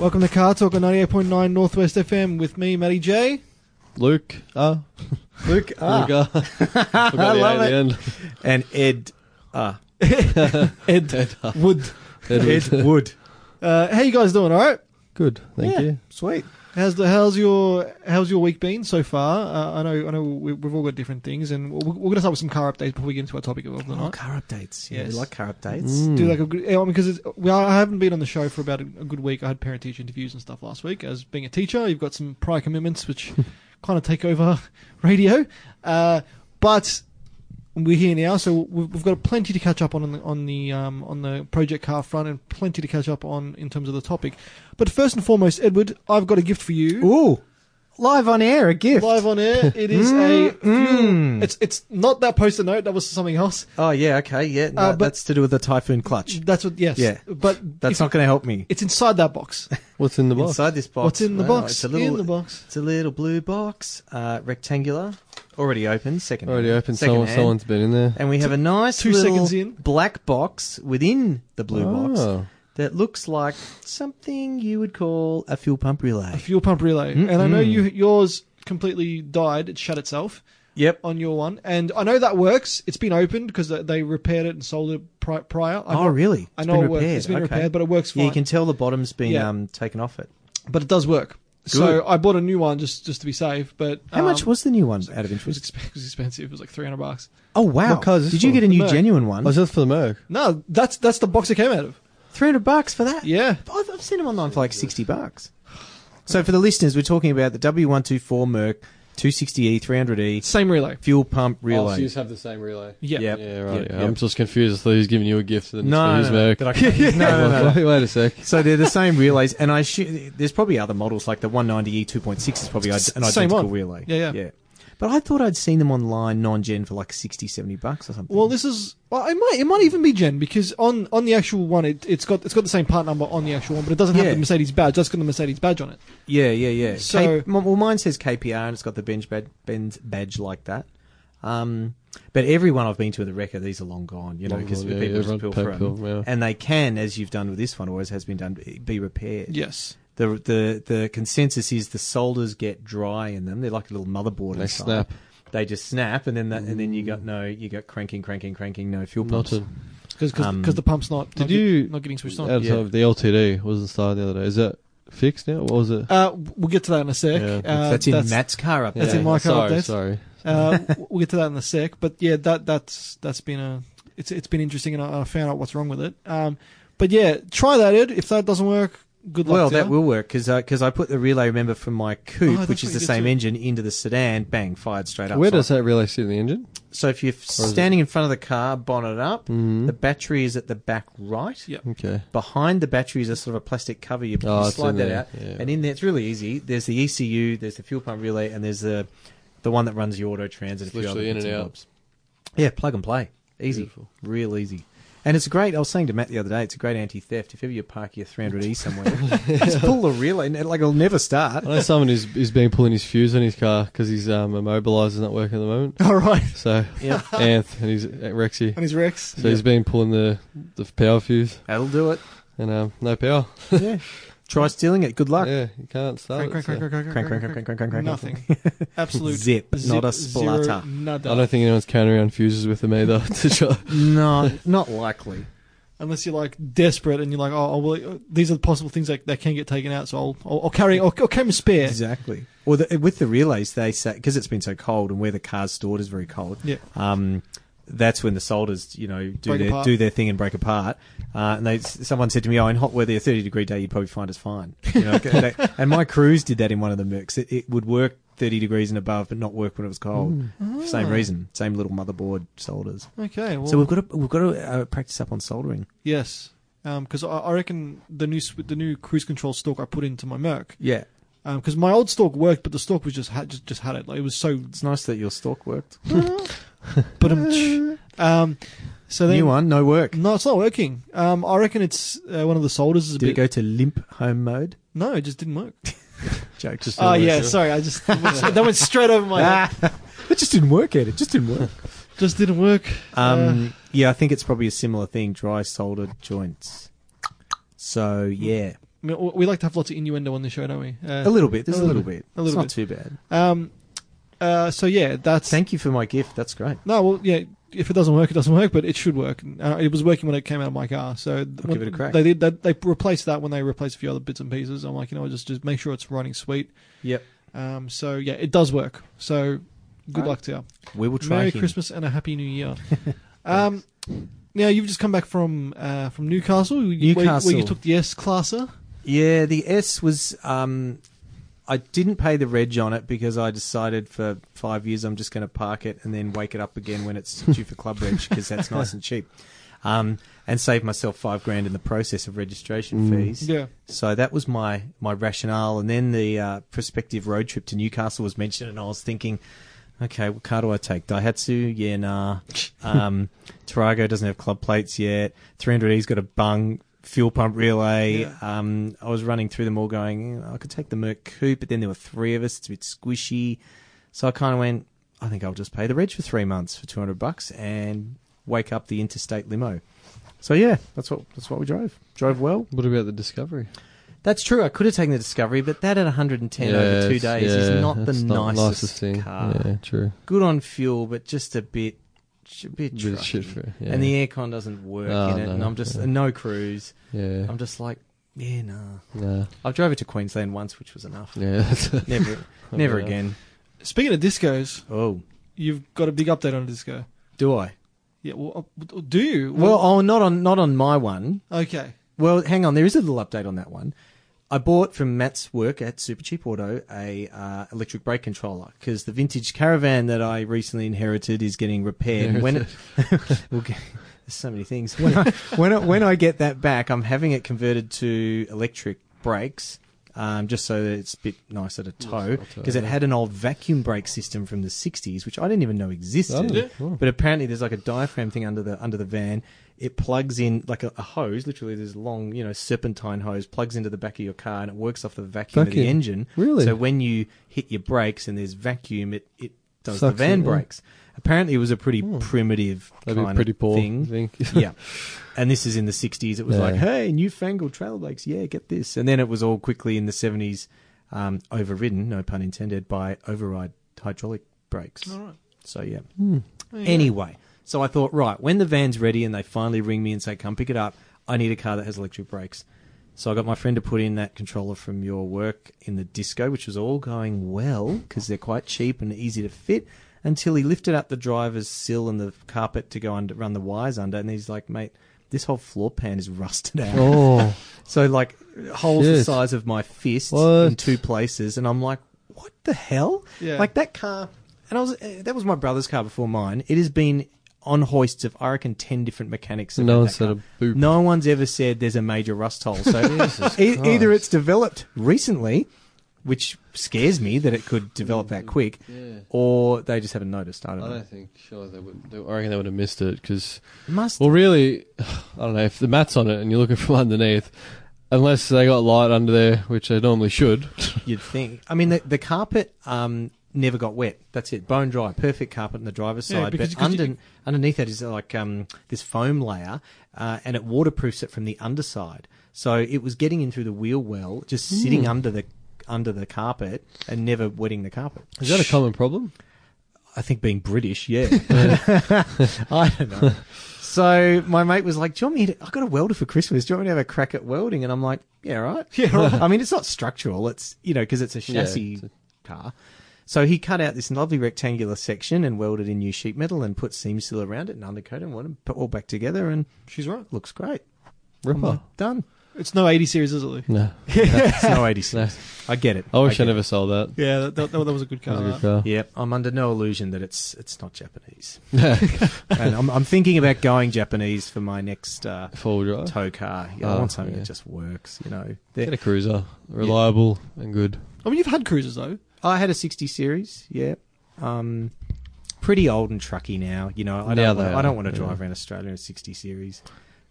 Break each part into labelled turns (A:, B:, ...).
A: Welcome to Car Talk on 98.9 Northwest FM with me, Matty J.
B: Luke. Uh,
C: Luke,
B: Luke.
C: ah,
B: Uh, I
C: I love
B: at
C: it.
B: the end.
C: and Ed, ah,
A: Ed Wood.
C: Ed Wood.
A: Uh, how you guys doing? All right.
B: Good. Thank
C: Yeah,
B: you.
C: Sweet.
A: How's the how's your how's your week been so far? Uh, I know I know we, we've all got different things, and we're, we're going to start with some car updates before we get into our topic of the
C: Oh,
A: night.
C: car updates. Yeah,
A: Yes.
C: we like car updates.
A: Do like
B: Mm.
A: a good, yeah, I mean, because well, I haven't been on the show for about a, a good week. I had parent teacher interviews and stuff last week. As being a teacher, you've got some prior commitments which kind of take over radio. Uh, but we're here now, so we've, we've got plenty to catch up on on the on the, um, on the project car front, and plenty to catch up on in terms of the topic. But first and foremost, Edward, I've got a gift for you.
C: Ooh, live on air, a gift.
A: Mm. Live on air, it is a
C: Mm, mm.
A: fuel. It's it's not that poster note. That was something else.
C: Oh yeah, okay, yeah. No,
A: Uh, but-
C: that's to do with the typhoon clutch.
A: That's what. Yes.
C: Yeah.
A: But
C: That's
A: if-
C: not going to help me.
A: It's inside that box.
B: What's in the box?
C: Inside this box.
A: What's in the
C: wow,
A: box?
C: It's a little.
A: in the box.
C: It's a little blue box, uh, rectangular, already open. Second.
B: Already
C: hand,
B: open.
C: second
B: Someone,
C: hand.
B: someone's been in there.
C: And we have a nice
A: Two
C: little
A: seconds in. Ah.
C: black box within the blue box
B: Oh.
C: that looks like something you would call a fuel pump
A: A
C: relay.
A: fuel pump relay. And I know you yours completely died. It shut itself
C: Yep.
A: on your one. And I know that works. It's been opened because they- they repaired it and sold it pri- prior. I
C: Oh,
A: know,
C: really?
A: I
C: It's
A: know
C: been
A: it works.
C: repaired.
A: It's been
C: Okay.
A: repaired, but it works fine.
C: Yeah, you can tell the bottom's been
A: Yeah.
C: um, taken off it.
A: But it does work. So
C: Good.
A: I bought a new one just just to be safe. But
C: How much
A: um,
C: was the new one out of
A: It was,
C: interest?
A: exp- it was expensive. It was like three hundred bucks.
C: Oh wow!
B: What colour is this
C: Did you
B: one?
C: get a new
A: Merc.
C: genuine one?
B: Oh, is that for the Merc?
A: No, that's that's the box it came out of.
C: Three hundred bucks for that?
A: Yeah.
C: I've, I've seen them online for like sixty bucks. So for the listeners, we're talking about the W one two four Merc two sixty E three hundred E
A: Same relay.
C: fuel pump relay.
B: have the same relay.
A: Yeah.
C: Yep.
B: Yeah, right.
C: Yep,
B: yeah.
C: yep.
B: I'm just confused as to who's giving you a gift and it's
C: No,
B: for his
C: no, no.
B: Merc.
C: Did I- no, no, no.
B: Wait, wait a sec.
C: So they're the same relays, and I assu- there's probably other models like the E, 190E 2.6 is probably
A: It's
C: id- an
A: the same
C: identical
A: one.
C: relay.
A: Yeah, yeah.
C: But I thought I'd seen them online non-gen for like 60, 70 bucks or something.
A: Well, this is well, it might it might even be Gen because on on the actual one it it's got it's got the same part number on the actual one, but it doesn't have
C: Yeah.
A: the Mercedes badge. That's got the Mercedes badge on it.
C: yeah, yeah, yeah.
A: So-
C: So well, mine says KPR and it's got the bench bad- Benz badge like that. Um, but every one I've been to with a wrecker, these are long gone, you know,
B: Long
C: because
B: gone, yeah,
C: people just
B: everyone
C: pill
B: pay
C: for 'em.
B: pill, yeah.
C: and they can, as you've done with this one, always has been done, be repaired.
A: Yes.
C: The the the consensus is the solders get dry in them. They're like a little motherboard.
B: They
C: inside.
B: snap. Mm.
C: They just snap, and then that, and then you got no, you got cranking, cranking, cranking, no fuel pumps.
B: Nothing.
A: Because
C: Um,
A: the pump's not.
B: did
A: not get-
B: you-
A: not getting switched
B: Out
A: on?
B: of time, the LTD was installed the other day. Is that fixed now? What was it?
A: Uh, we'll get to that in a sec.
B: Yeah.
A: Uh,
C: that's in Matt's car up
A: that's
C: there.
A: in my car
B: sorry,
A: updates.
B: Sorry.
A: uh, we'll get to that in a sec. But yeah, that that's that's been a it's it's been interesting, and I, I found out what's wrong with it. Um, but yeah, try that, Ed. If that doesn't work, good luck.
C: well,
A: to
C: that
A: ya.
C: will work because I put the relay, remember, from my coupe,
A: Oh, that's
C: which
A: what
C: is
A: you
C: the
A: did
C: same
A: too.
C: engine, into the sedan, bang, fired straight up.
B: Where
C: So
B: does that relay sit in the engine?
C: So if you're
B: it- Mm-hmm.
C: standing in front of the car, bonnet up, the battery is at the back right.
A: Yeah.
B: Okay.
C: Behind the battery is a sort of a plastic cover. You,
B: Oh,
C: you
B: it's in
C: slide that
B: there,
C: out,
B: yeah.
C: and in there it's really easy. There's the ECU, there's the fuel pump relay, and there's the the one that runs your auto transit.
B: It's
C: a few other
B: literally in
C: bits
B: and out.
C: bobs. Yeah, plug and play, easy,
B: Beautiful.
C: real easy. And it's a great. I was saying to Matt the other day, it's a great anti-theft. If ever you park your 300e somewhere, just pull the relay, and it- like it'll never start.
B: I know someone who's, who's been pulling his fuse on his car because his um, immobiliser's not working at the moment.
A: All right.
B: So,
C: Yeah.
B: Anth and he's at Rexy.
A: And his Rex.
B: So he's been pulling the, the power fuse
C: That'll do it.
B: and um, no power.
C: Yeah. Try stealing it. Good luck.
B: Yeah, you can't start
A: Crank,
B: it.
A: crank, crank,
B: so.
A: crank, crank,
C: Crank,
A: crank,
C: crank, crank, crank, crank, crank.
A: Nothing. Absolute
C: Zip, not a
A: zero,
C: splatter.
A: nada.
B: I don't think anyone's carrying around fuses with them either. To try.
C: No, not likely.
A: unless you're like desperate and you're like, oh, oh, well, these are the possible things that, that can get taken out, so I'll I'll, I'll carry I'll, I'll carry a spare.
C: Exactly. Well, the, with the relays, they say because it's been so cold and where the car's stored is very cold.
A: Yeah.
C: Um, that's when the soldiers, you know, do
A: Break
C: their
A: apart.
C: do their thing and break apart. Uh, and they, someone said to me, "Oh, in hot weather, a thirty degree day, you'd probably find us fine." You know, they- and my crews did that in one of the mercs. It, it would work thirty degrees and above, but not work when it was cold.
A: Mm.
C: For Same reason, same little motherboard solders.
A: Ah, Okay. Well,
C: So we've got to we've got to uh, practice up on soldering.
A: yes, because I, I reckon the new sw- the new cruise control stalk I put into my Merc,
C: Yeah.
A: because my old stalk worked, but the stalk was just had just, just had it. Like it was so.
C: It's nice that your stalk worked.
A: But um, so then
C: New one, no work.
A: No, it's not working. Um, I reckon it's uh, one of the solders is a
C: Did it
A: bit.
C: go to limp home mode?
A: no, it just didn't work.
C: Joke. Just
A: Oh
B: Didn't work,
A: yeah,
B: yeah.
A: sorry. I just that went straight over my head.
C: it just didn't work, Ed. It just didn't work.
A: Just didn't work.
C: Um, yeah, I think it's probably a similar thing. Dry solder joints. So yeah,
A: I mean, we like to have lots of innuendo on the show, don't we?
C: A
A: Uh,
C: little bit. There's a little, bit.
A: A little
C: it's not too bad.
A: um, uh, so yeah, that's
C: Thank you for my gift. That's great.
A: no, well, yeah. If it doesn't work, it doesn't work, but it should work. Uh, it was working when it came out of my car, so th-
C: I'll
A: when-
C: give it a crack.
A: They did. They, they replaced that when they replaced a few other bits and pieces. I'm like, you know, what, just just make sure it's running sweet.
C: Yep.
A: Um, so yeah, it does work. So good
C: Alright.
A: luck to you.
C: We will try
A: Merry
C: him.
A: Christmas and a happy New Year. um, now you've just come back from uh, from Newcastle, where you- where
C: Newcastle.
A: you took the S classer.
C: Yeah, the S was. Um, I didn't pay the reg on it because I decided for five years I'm just going to park it and then wake it up again when it's due for club reg because that's nice and cheap, um, and save myself five grand in the process of registration
B: Mm.
C: fees.
A: Yeah.
C: So that was my my rationale, and then the uh, prospective road trip to Newcastle was mentioned, and I was thinking, okay, what car do I take? Daihatsu, yeah, nah. Um, Tarago doesn't have club plates yet. 300E's got a bung fuel pump relay.
A: Yeah.
C: Um, I was running through them all, going, "Mm, I could take the Merc Coupe, but then there were three of us. It's a bit squishy, so I kind of went, I think I'll just pay the reg for three months for 200 bucks and wake up the interstate limo. So yeah, that's what that's what we drove. Drove well.
B: What about the Discovery?
C: That's true. I could have taken the Discovery, but that at 110 over two
B: Yes,
C: days
B: yeah,
C: is not the
B: that's
C: nicest,
B: thing.
C: car.
B: Yeah, true.
C: Good on fuel, but just a bit, a bit,
B: Bit of
C: trucky.
B: shit for yeah.
C: And the aircon doesn't work
B: Oh,
C: in it,
B: no,
C: and I'm just
B: yeah.
C: no cruise.
B: yeah,
C: I'm just like, yeah, nah.
B: nah,
C: I drove it to Queensland once, which was enough.
B: yeah, that's
C: Never, never again.
A: Speaking of discos,
C: Oh,
A: you've got a big update on a disco.
C: do I?
A: Yeah. Well, uh, do you?
C: Well, oh, not on, not on my one.
A: okay.
C: Well, hang on. There is a little update on that one. I bought from Matt's work at Super Cheap Auto a uh, electric brake controller because the vintage caravan that I recently inherited is getting repaired. When it, we'll get, there's so many things. When I, when I, when I get that back, I'm having it converted to electric brakes. Um, just so that it's a bit nicer to tow,
B: I'll tow,
C: because it
B: yeah.
C: had an old vacuum brake system from the '60s, which I didn't even know existed.
B: Oh, oh.
C: But apparently, there's like a diaphragm thing under the under the van. It plugs in like a, a hose. Literally, this long, you know, serpentine hose plugs into the back of your car, and it works off the vacuum, of the
B: Vacuum.
C: engine.
B: Really?
C: So when you hit your brakes and there's vacuum, it it does
B: Sucks
C: the van
B: it in.
C: brakes. Apparently, it was a pretty
B: Hmm.
C: primitive
B: That'd be
C: kind
B: pretty
C: of
B: poor. I
C: thing.
B: think.
C: yeah, and this is in the '60s. It was
B: Yeah.
C: like, hey, newfangled trail brakes. Yeah, get this. And then it was all quickly in the '70s um, overridden, no pun intended, by override hydraulic brakes.
A: All right.
C: So yeah.
B: Hmm.
A: There you go.
C: Anyway, so I thought, right, when the van's ready and they finally ring me and say, come pick it up, I need a car that has electric brakes. So I got my friend to put in that controller from your work in the disco, which was all going well because they're quite cheap and easy to fit. Until he lifted up the driver's sill and the carpet to go under, run the wires under, and he's like, mate, this whole floor pan is rusted out.
B: Oh,
C: So like holes the
B: Shit.
C: size of my fist in
B: What?
C: two places, and I'm like, what the hell?
A: Yeah.
C: Like that car, and I was eh, that was my brother's car before mine. It has been on hoists of I reckon ten different mechanics. about
B: no one
C: that
B: said
C: car.
B: a Oh, boop.
C: No one's ever said there's a major rust hole. So e- either it's developed recently, which scares me that it could develop that quick,
B: Yeah.
C: or they just haven't noticed. I
B: I
C: don't know.
B: don't think surely they would. They, I reckon they would have missed it because
C: Must
B: well, really, I don't know if the mat's on it and you're looking from underneath, unless they got light under there, which they normally should.
C: You'd think. I mean, the, the carpet um, never got wet. That's it. Bone dry, perfect carpet on the driver's
A: Yeah,
C: side.
A: because-
C: but
A: 'cause
C: under,
A: you-
C: underneath that is like um, this foam layer, uh, and it waterproofs it from the underside. So it was getting in through the wheel well, just
B: Hmm.
C: sitting under the under the carpet and never wetting the carpet.
B: Is that a common problem?
C: I think being British, yeah. I don't know. So my mate was like, "Do you want me? To, I got a welder for Christmas. Do you want me to have a crack at welding?" And I'm like, "Yeah, right. Yeah, I mean, it's not structural. It's you know because it's a
B: Yeah,
C: chassis
B: it's a-
C: car. So he cut out this lovely rectangular section and welded in new sheet metal and put seam seal around it and undercoat and what put all back together and
A: She's right.
C: looks great. I'm
B: Ripper.
C: like, done.
A: It's no 80 series, is it, Lou?
B: No,
C: it's no eighty six. I get it.
B: I wish I
C: get it.
B: never sold that.
A: Yeah, that, that, that was a good
B: That
A: car.
B: was a
A: that.
B: good car.
C: Yep, I'm under no illusion that it's it's not Japanese. and I'm, I'm thinking about going Japanese for my next uh,
B: Four wheel drive.
C: tow car. Yeah, I
B: Oh,
C: want something
B: yeah.
C: that just works. You know,
B: Get
C: There-
B: a cruiser, reliable and good.
A: I mean, you've had cruisers, though.
C: I had a sixty series. Yeah, um, pretty old and trucky now. You know, I
B: Now
C: don't
B: they
C: wanna, I
B: are,
C: don't want to
B: yeah.
C: drive around Australia in a sixty series,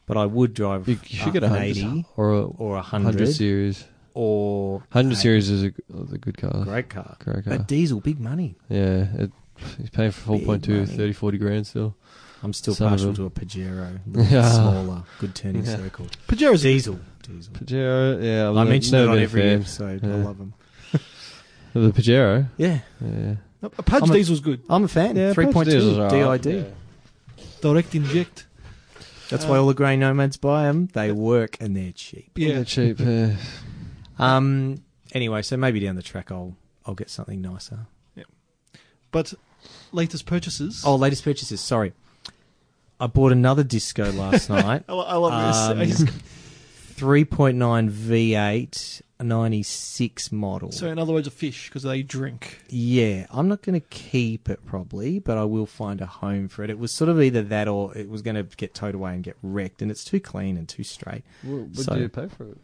C: but I would drive
B: You, you should
C: uh,
B: get a
C: an
B: hundred
C: eighty
B: or a
C: or a
B: hundred
C: hundred
B: series.
C: or
B: Hundred
C: a
B: series is a, g- is a good car.
C: Great car.
B: Great
C: But
B: car.
C: diesel, big money.
B: Yeah, it, he's paying for
C: Big
B: 4.2,
C: money.
B: 30, 40 grand still.
C: I'm still
B: Some of
C: partial
B: them.
C: to a Pajero, a little bit
B: Yeah.
C: smaller, good turning
B: Yeah.
C: circle.
A: Pajero's a,
C: Diesel, Diesel.
B: Pajero, yeah. I'm
C: I
B: not-
C: mentioned
B: never
C: it on
B: been a
C: every
B: fan.
C: episode. I
B: Yeah.
C: love them.
B: The Pajero,
C: Yeah,
B: yeah.
A: No, Pudge
C: I'm a-
A: Diesel's good.
C: I'm a fan.
B: yeah
C: Three point two
B: Pajaro's alright,
C: DID.
B: yeah.
A: Direct inject.
C: That's
A: Uh,
C: why all the grey nomads buy them. They work and they're cheap.
A: Yeah.
B: They're cheap. Yeah.
C: Um. Anyway, so maybe down the track I'll I'll get something nicer.
A: But latest purchases.
C: Oh, latest purchases. Sorry, I bought another disco last night.
A: I, I love this.
C: Um, 3.9 V8 96 model.
A: so, in other words, a fish because they drink.
C: yeah, I'm not going to keep it probably, but I will find a home for it. It was sort of either that or it was going to get towed away and get wrecked, and it's too clean and too straight.
B: What
C: So-
B: do you pay for it?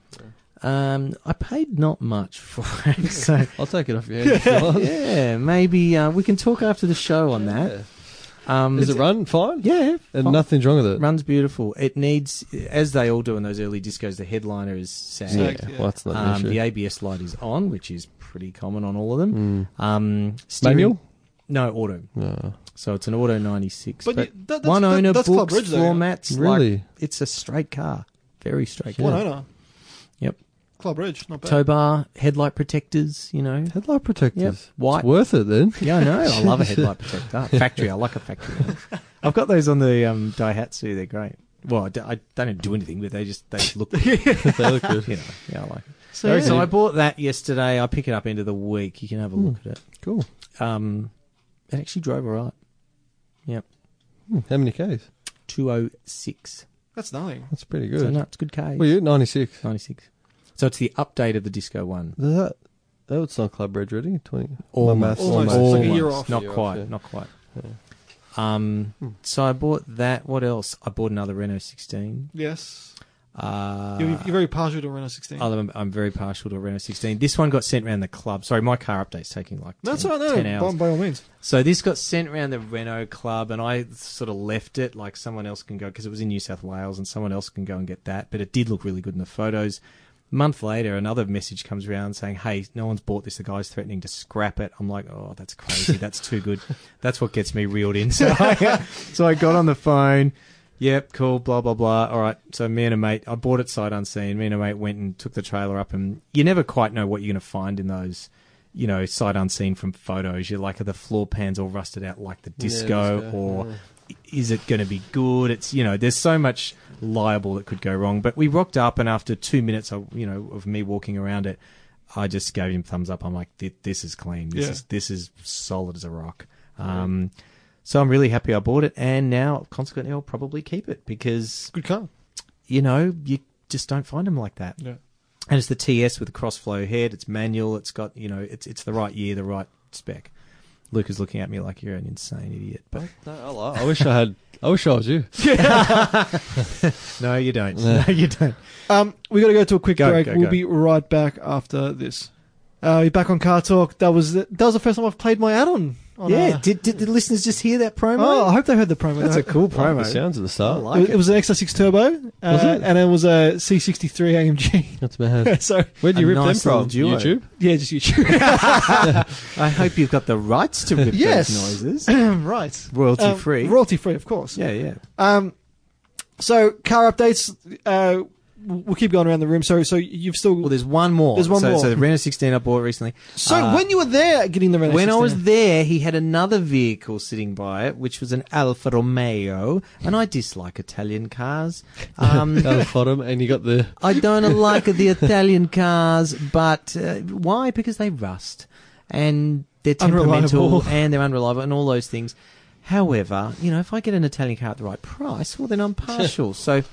C: Um, I paid not much for it, so
B: I'll take it off your hands. if you want.
C: yeah, maybe uh, we can talk after the show on that. Um,
B: Does it run fine?
C: Yeah,
B: And
C: fine.
B: nothing's wrong with it.
C: runs beautiful. It needs, as they all do in those early discos, the headliner is sad.
B: Yeah,
A: Sagged, yeah.
B: well, that's not an
C: Um,
B: issue.
C: the ABS light is on, which is pretty common on all of them.
B: Mm.
C: Um, steering-
B: Manual?
C: No, auto.
B: No.
C: So it's an auto 96. But,
A: But, you, that, that's,
C: one
A: that,
C: owner
A: that's Club
C: books
A: Bridge, though.
C: floor mats. like,
B: Really?
C: it's a straight car. Very straight
A: One
C: car.
A: owner.
C: Yep.
A: Club Bridge, not bad.
C: Tow bar, headlight protectors, you know.
B: Headlight protectors.
C: Yep. White.
B: It's worth it then.
C: Yeah, I know. I love a headlight protector. Factory. I like a factory. one. I've got those on the um, Daihatsu. They're great. Well, I d- I don't do anything with. They just they look. you
B: they look good.
C: know, yeah, I like. It.
A: So, yeah.
C: So I bought that yesterday. I pick it up end of the week. You can have a look at it.
B: Hmm. Cool.
C: Um, it actually drove alright. Yep,
B: Hmm, How many Ks?
C: two oh six.
A: that's nothing.
B: That's pretty good.
C: So no, it's good K.
B: well, you're at 96.
C: Ninety six. So it's the update of the Disco One.
B: Does that, that would sound Club Bridge ready. 20.
C: Almost,
A: Almost.
B: Almost.
A: It's like a year off.
C: Not
B: Year off,
C: quite.
B: yeah.
C: Not quite. Um,
B: Hmm.
C: so I bought that. What else? I bought another Renault 16.
A: Yes.
C: Uh,
A: you're, you're very partial to Renault 16.
C: other than I'm very partial to a Renault 16. This one got sent round the club. Sorry, my car update's taking like 10,
A: that's all right, no,
C: 10
A: no,
C: hours.
A: by, by all means.
C: So this got sent round the Renault club, and I sort of left it like someone else can go because it was in New South Wales, and someone else can go and get that. But it did look really good in the photos. Month later, another message comes around saying, "Hey, no one's bought this. The guy's threatening to scrap it." I'm like, "Oh, that's crazy. That's too good. That's what gets me reeled in." So I, so I got on the phone. Yep, cool. Blah blah blah. All right. So me and a mate, I bought it sight unseen. Me and a mate went and took the trailer up, and you never quite know what you're going to find in those, you know, sight unseen from photos. You're like, are the floor pans all rusted out like the disco,
B: disco,
C: or is it going to be good? It's you know, there's so much liable that could go wrong. But we rocked up, and after two minutes, of, you know, of me walking around it, I just gave him thumbs up. I'm like, "Th- this is clean. This
A: Yeah.
C: is this is solid as a rock. Um, so I'm really happy I bought it, and now consequently I'll probably keep it because
A: Good car.
C: you know you just don't find them like that.
A: Yeah.
C: And it's the TS with the crossflow head. It's manual. It's got you know it's it's the right year, the right spec. Luke is looking at me like you're an insane idiot, but
B: No, I, like- I wish I had. I wish I was you.
C: no, you don't.
B: No.
C: No, you don't.
A: Um, we got to go to a quick
C: Go,
A: break.
C: go,
A: we'll
C: go.
A: be right back after this. Uh, you're back on Car Talk. That was that was the first time I've played my add-on. On
C: yeah,
A: uh,
C: did, did the listeners just hear that promo?
A: oh, I hope they heard the promo.
C: That's
A: I
C: a cool
B: I like
C: promo.
B: the sounds at the
C: I
B: start.
A: it,
C: like
A: it was an XR6 Turbo, uh,
B: Was it?
A: and it was a C63
B: That's mad.
A: AMG. so
B: Where do
C: A
B: you rip
C: nice
B: them
C: little
B: from?
C: duo.
B: YouTube.
A: yeah, just YouTube.
C: I hope you've got the rights to rip
A: Yes.
C: those noises.
A: right,
C: Royalty
A: Um,
C: free.
A: royalty free, of course.
C: yeah, yeah.
A: Um, so car updates. Uh, we'll keep going around the room. So, so you've still.
C: Well, there's one more.
A: There's one
C: so,
A: more.
C: So the Renault 16 I bought recently.
A: so
C: Uh,
A: when you were there getting the Renault
C: when I
A: 16,
C: was there, he had another vehicle sitting by it, which was an Alfa Romeo, and I dislike Italian cars. Um,
B: Down the bottom, and you got the.
C: I don't like the Italian cars, but uh, why? Because they rust and they're temperamental
A: Unreliable.
C: and they're unreliable and all those things. However, you know, if I get an Italian car at the right price, well, then I'm partial. so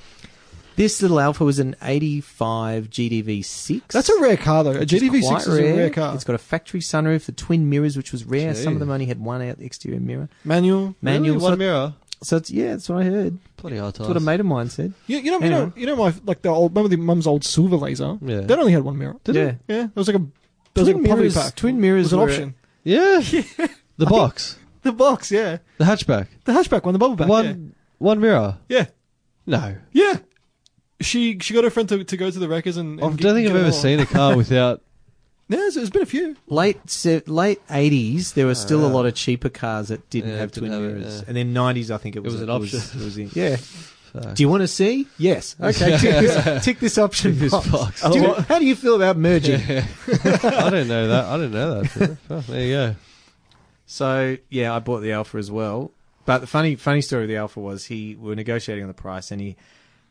C: this little Alpha was an 85 GDV6.
A: that's a rare car though. A
C: Which is
A: GDV6
C: quite
A: is a rare car.
C: It's got a factory sunroof, the twin mirrors, which was rare. Some
B: Gee.
C: of them only had one out exterior mirror.
A: manual.
C: Manual.
B: Really? One
C: so,
B: mirror.
C: so it's, yeah, that's what I heard.
B: Bloody hard times.
C: That's what a mate of mine said.
A: You, you know, you
C: Anyway.
A: know, you know, my like the old remember the mum's old silver laser.
B: Yeah.
A: That only had one mirror.
C: Did it?
A: Yeah, it was like a, it was like
C: Twin
A: a poverty
C: mirrors-
A: pack.
C: twin mirrors
A: was an
C: were-
A: option.
B: Yeah. The box.
A: The box, yeah,
B: The hatchback.
A: the hatchback one, the bubble back.
B: one. One mirror.
A: yeah,
B: No.
A: yeah. yeah. She she got her friend to, to go to the wreckers and.
B: I
A: and
B: don't think
A: get- get
B: I've ever
A: it all.
B: seen a car without.
A: Yeah, there's, there's been a few.
C: late se- late eighties, there were still a
B: yeah.
C: lot of cheaper cars that Ah. didn't
B: Yeah,
C: have
B: didn't
C: twin
B: have it,
C: mirrors,
B: yeah.
C: and then nineties, I think it
B: was
C: was
B: an
C: it was-
B: option.
C: it was in- yeah,
B: So.
C: Do you want to see? Yes. Okay. tick, this, tick this option
B: Tick this
C: box.
B: box.
C: Do you- how do you feel about merging?
B: I don't know that. I don't know that. Philip. Oh, there you go.
C: So yeah, I bought the alpha as well. But the funny funny story of the alpha was he we were negotiating on the price, and he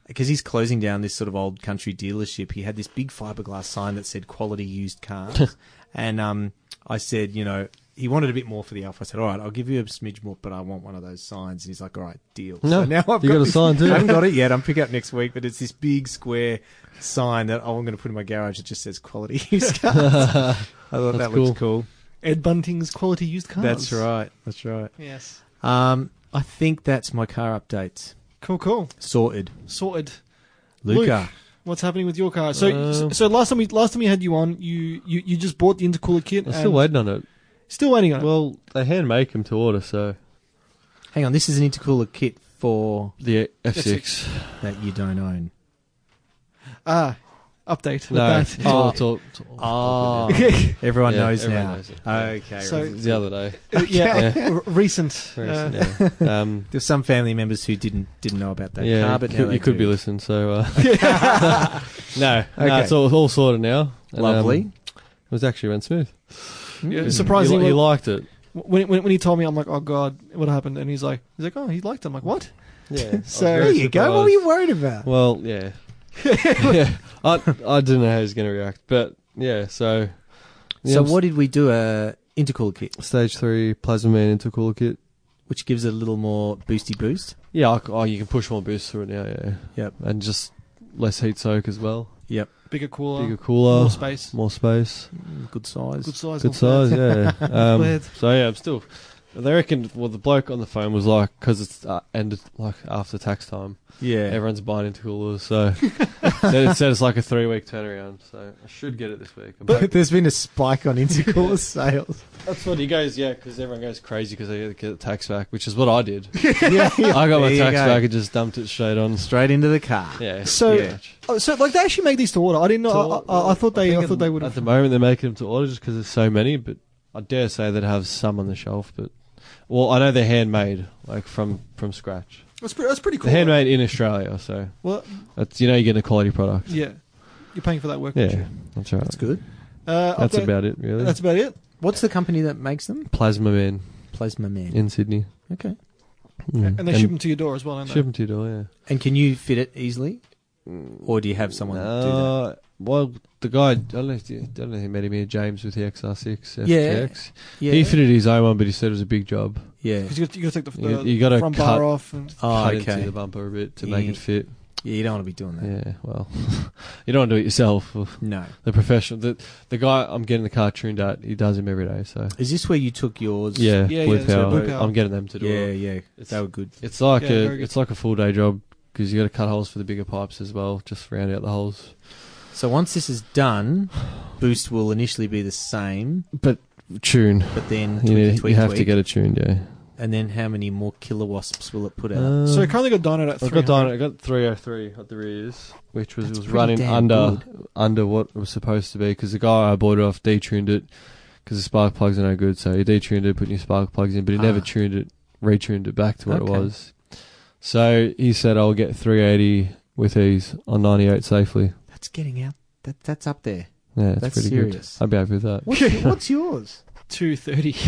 C: because he's closing down this sort of old country dealership, he had this big fiberglass sign that said "quality used cars," and um, I said, you know. He wanted a bit more for the alpha. I said, "All right, I'll give you a smidge more, but I want one of those signs." And he's like, "All right, deal."
B: No,
C: so now I've
B: you got a
C: this-
B: sign too.
C: I haven't got it yet. I'm picking it up next week, but it's this big square sign that oh, I'm going to put in my garage. It just says "quality used cars." I thought
B: That's
C: that looked cool.
A: Ed Bunting's quality used cars.
C: That's right. That's right.
A: Yes.
C: Um, I think that's my car updates.
A: Cool, cool.
C: Sorted.
A: Sorted.
C: Luca.
A: What's happening with your car? So,
B: Um,
A: so last time we last time we had you on, you you, you just bought the intercooler kit.
B: I'm
A: and-
B: still waiting on it.
A: Still waiting on it.
B: Well, they hand make them to order, so
C: Hang on, this is an intercooler kit for
B: the F6.
C: that you don't own.
A: Ah, update. with
B: No,
A: that.
B: it's all, it's all, it's all-
C: Oh, everyone
B: Yeah,
C: knows
B: everyone
C: now.
B: knows it.
C: okay.
A: So-
C: right.
B: It was the other day.
A: Uh, yeah,
B: Yeah.
A: r- recent.
B: Very
A: uh,
B: soon, yeah. Um,
C: there's some family members who didn't didn't know about that
B: yeah,
C: car, but
B: you
C: now
B: could,
C: they
B: you could be
C: do.
B: listening. So uh, no, no,
C: Okay.
B: it's all, all sorted now. And, um,
C: lovely.
B: it was actually went smooth.
A: yeah,
B: He-
A: surprisingly,
B: he, he liked it.
A: when, when when he told me, I'm like, oh god, what happened? And he's like, he's like, oh, he liked. It. I'm like, what?
B: Yeah, I was
A: So-
B: very
C: there you go. What
B: surprised.
C: were you worried about?
B: Well, yeah, yeah. I I didn't know how he was going to react, but yeah. So
C: so
B: Yeah,
C: what did we do? A intercooler kit,
B: Stage three plasma man intercooler kit.
C: which gives it a little more boosty boost.
B: Yeah, I c oh, you can push more boosts through it now. Yeah,
C: Yep.
B: and just less heat soak as well.
A: Bigger cooler,
B: Bigger cooler,
A: more space,
B: more space,
C: Mm, Good size.
A: good size,
B: Hmm,
A: not
B: good
A: bad.
B: size. Yeah. Um,
A: Glad.
B: so yeah, I'm still. They reckon. Well, the bloke on the phone was like, because it's uh, ended like after tax time.
C: Yeah.
B: Everyone's buying intercoolers, so said, it said it's like a three week turnaround. So I should get it this week. I'm
C: But there's been a spike on intercooler sales.
B: That's what he goes, yeah, because everyone goes crazy because they get the tax back, which is what I did.
C: yeah,
B: I got
C: There
B: my
C: you
B: tax
C: go.
B: back and just dumped it straight on.
C: straight into the car.
B: Yeah.
A: So-
B: pretty much.
A: Oh, so like they actually make these to order. I didn't know. I, I, I thought they. I,
B: think
A: thought
B: at-
A: they would.
B: At
A: have
B: the moment, they're making them to order just because there's so many, but I dare say they'd have some on the shelf. But well, I know they're handmade, like from from scratch.
A: That's pretty. That's pretty cool.
B: They're handmade in Australia, so
A: Well,
B: that's you know you're getting a quality product.
A: yeah, you're paying for that work. aren't
B: Yeah,
A: you?
B: that's right.
C: That's good.
A: Uh,
B: That's
A: update-
B: about it, really.
A: That's about it.
C: What's the company that makes them?
B: Plasma Man
C: Plasma Man.
B: in Sydney.
C: Okay.
B: Mm.
A: And they ship them to your door as well, don't they?
B: ship them to your door, yeah.
C: And can you fit it easily, Mm. or do you have someone do that?
B: Uh, Well, the guy, I don't know if you, I don't know if you met him here, James with the XR6
C: Yeah.
B: FTX.
C: Yeah.
B: He fitted his own one, but he said it was a big job.
C: yeah.
A: Because you got you got to take the,
B: You-
A: the
B: you gotta
A: front
B: cut-
A: bar off. And,
C: Oh,
B: Cut
C: okay.
B: into the bumper a bit to make
C: Yeah.
B: it fit.
C: Yeah, you don't want to be doing that.
B: Yeah, well, you don't want to do it yourself.
C: No.
B: The professional, the the guy I'm getting the car tuned at, he does him every day. So
C: Is this where you took yours?
B: yeah,
A: Yeah,
B: blue,
A: yeah,
B: power.
A: blue power.
B: I'm getting them to do
C: Yeah,
B: it.
C: yeah.
B: It's,
C: They were good.
B: it's like
A: Yeah,
B: a
A: very good.
B: it's like a full day job because you got to cut holes for the bigger pipes as well, just round out the holes.
C: So once this is done, boost will initially be the same,
B: Tune.
C: but then
B: You,
C: tweak,
B: need,
C: tweak,
B: you have to
C: tweak.
B: get it tuned. Yeah.
C: And then how many more killer wasps will it put out?
B: Um,
A: so I currently got Dino at
B: I
A: three.
B: got down. I got three oh three at the rears, which was
C: That's
B: was
C: pretty
B: running
C: damn
B: under under what it was supposed to be because the guy I bought it off detuned it because the spark plugs are no good, so he detuned it, put new spark plugs in, but he never
C: Ah.
B: tuned it, retuned it back to what
C: Okay.
B: it was. So he said, "I'll get three eighty with ease on ninety eight safely."
C: that's getting out. That that's up there.
B: Yeah, that's,
C: That's
B: pretty
C: serious.
B: good. I'd be happy with that.
C: What's, your- what's yours?
A: two thirty.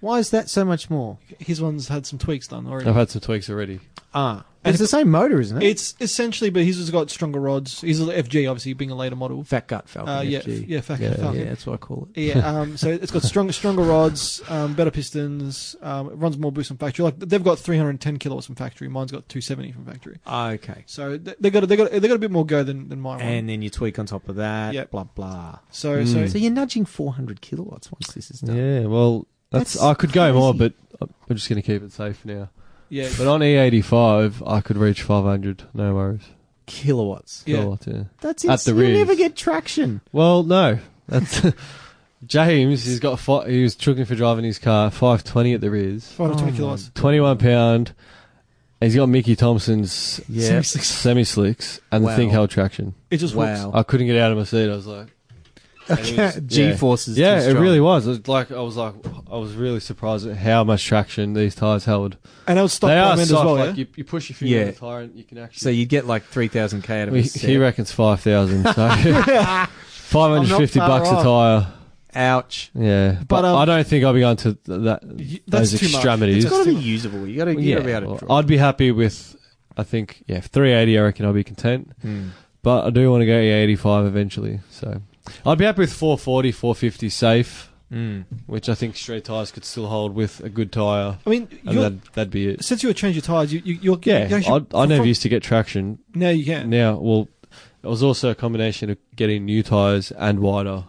C: Why is that so much more?
A: His one's had some tweaks done already.
B: I've had some tweaks already.
C: Ah,
A: And
C: it's the same motor, isn't it?
A: It's essentially, but he's just got stronger rods. He's an FG, obviously being a later model.
C: Fat Gut Falcon.
A: Uh, yeah, f-
C: FG.
A: yeah, Falcon.
B: Yeah,
A: Falcon.
C: yeah, that's what I call it.
A: Yeah, um, so it's got strong, stronger rods, um, better pistons, um, it runs more boost from factory. Like they've got 310 kilowatts from factory. Mine's got 270 from factory.
C: Ah, Okay.
A: So th- they got a- they got a- they got a bit more go than, than mine.
C: And then you tweak on top of that.
A: Yep.
C: Blah blah.
A: so
B: Mm.
A: so
C: So you're nudging 400 kilowatts once this is done.
B: Yeah, well, that's,
C: That's
B: I could go more, but
C: crazy.
B: I'm just going to keep it safe now.
A: yeah,
B: But on E eighty five, I could reach five hundred. No worries.
C: Kilowatts.
A: Yeah.
B: Kilowatt, yeah.
C: That's
B: At the
C: insane. You
B: rears.
C: never get traction.
B: Well, no. That's James. He's got. Fi- he was chugging for driving his car. Five twenty at the rears.
A: 520
C: Oh,
A: kilowatts.
B: Twenty-one pound. He's got Mickey Thompson's
C: Yeah.
B: semi slicks, and
C: Wow.
B: the thing held traction.
A: It just
C: Wow.
A: works.
B: I couldn't get out of my seat. I was like,
C: G forces.
B: Yeah, it really was. It was like I was like I was really surprised at how much traction these tires held.
A: And it was
B: they
A: stockpile
B: are
A: end as
B: soft.
A: well.
B: like
A: yeah?
B: you, you push your finger
C: Yeah.
B: in the tire and you can actually.
C: So you'd get like three thousand k out of
B: Well,
C: a
B: he, he
C: set.
B: reckons five thousand. So five hundred fifty
A: I'm not
B: bucks
A: far
B: a tire.
C: Ouch.
B: Yeah, but,
A: um,
B: I don't think I'll be going to th- that.
A: Y- that's
B: Those
A: too much.
B: extremities.
C: It's got to be usable. You got to
B: yeah,
C: be able
B: well,
C: to.
B: I'd be happy with. I think yeah, three eighty. I reckon I'll be content.
C: Hmm.
B: But I do want to go eighty five eventually. So I'd be happy with 440, 450 safe,
C: Hmm.
B: which I think straight tires could still hold with a good tire,
A: I mean,
B: and
A: you're,
B: that'd, that'd be it.
A: since you were changing your tires, you, you, you're
B: Yeah,
A: you actually-
B: I, I never
A: from-
B: used to get traction.
A: Now you can.
B: Now, well, it was also a combination of getting new tires and wider.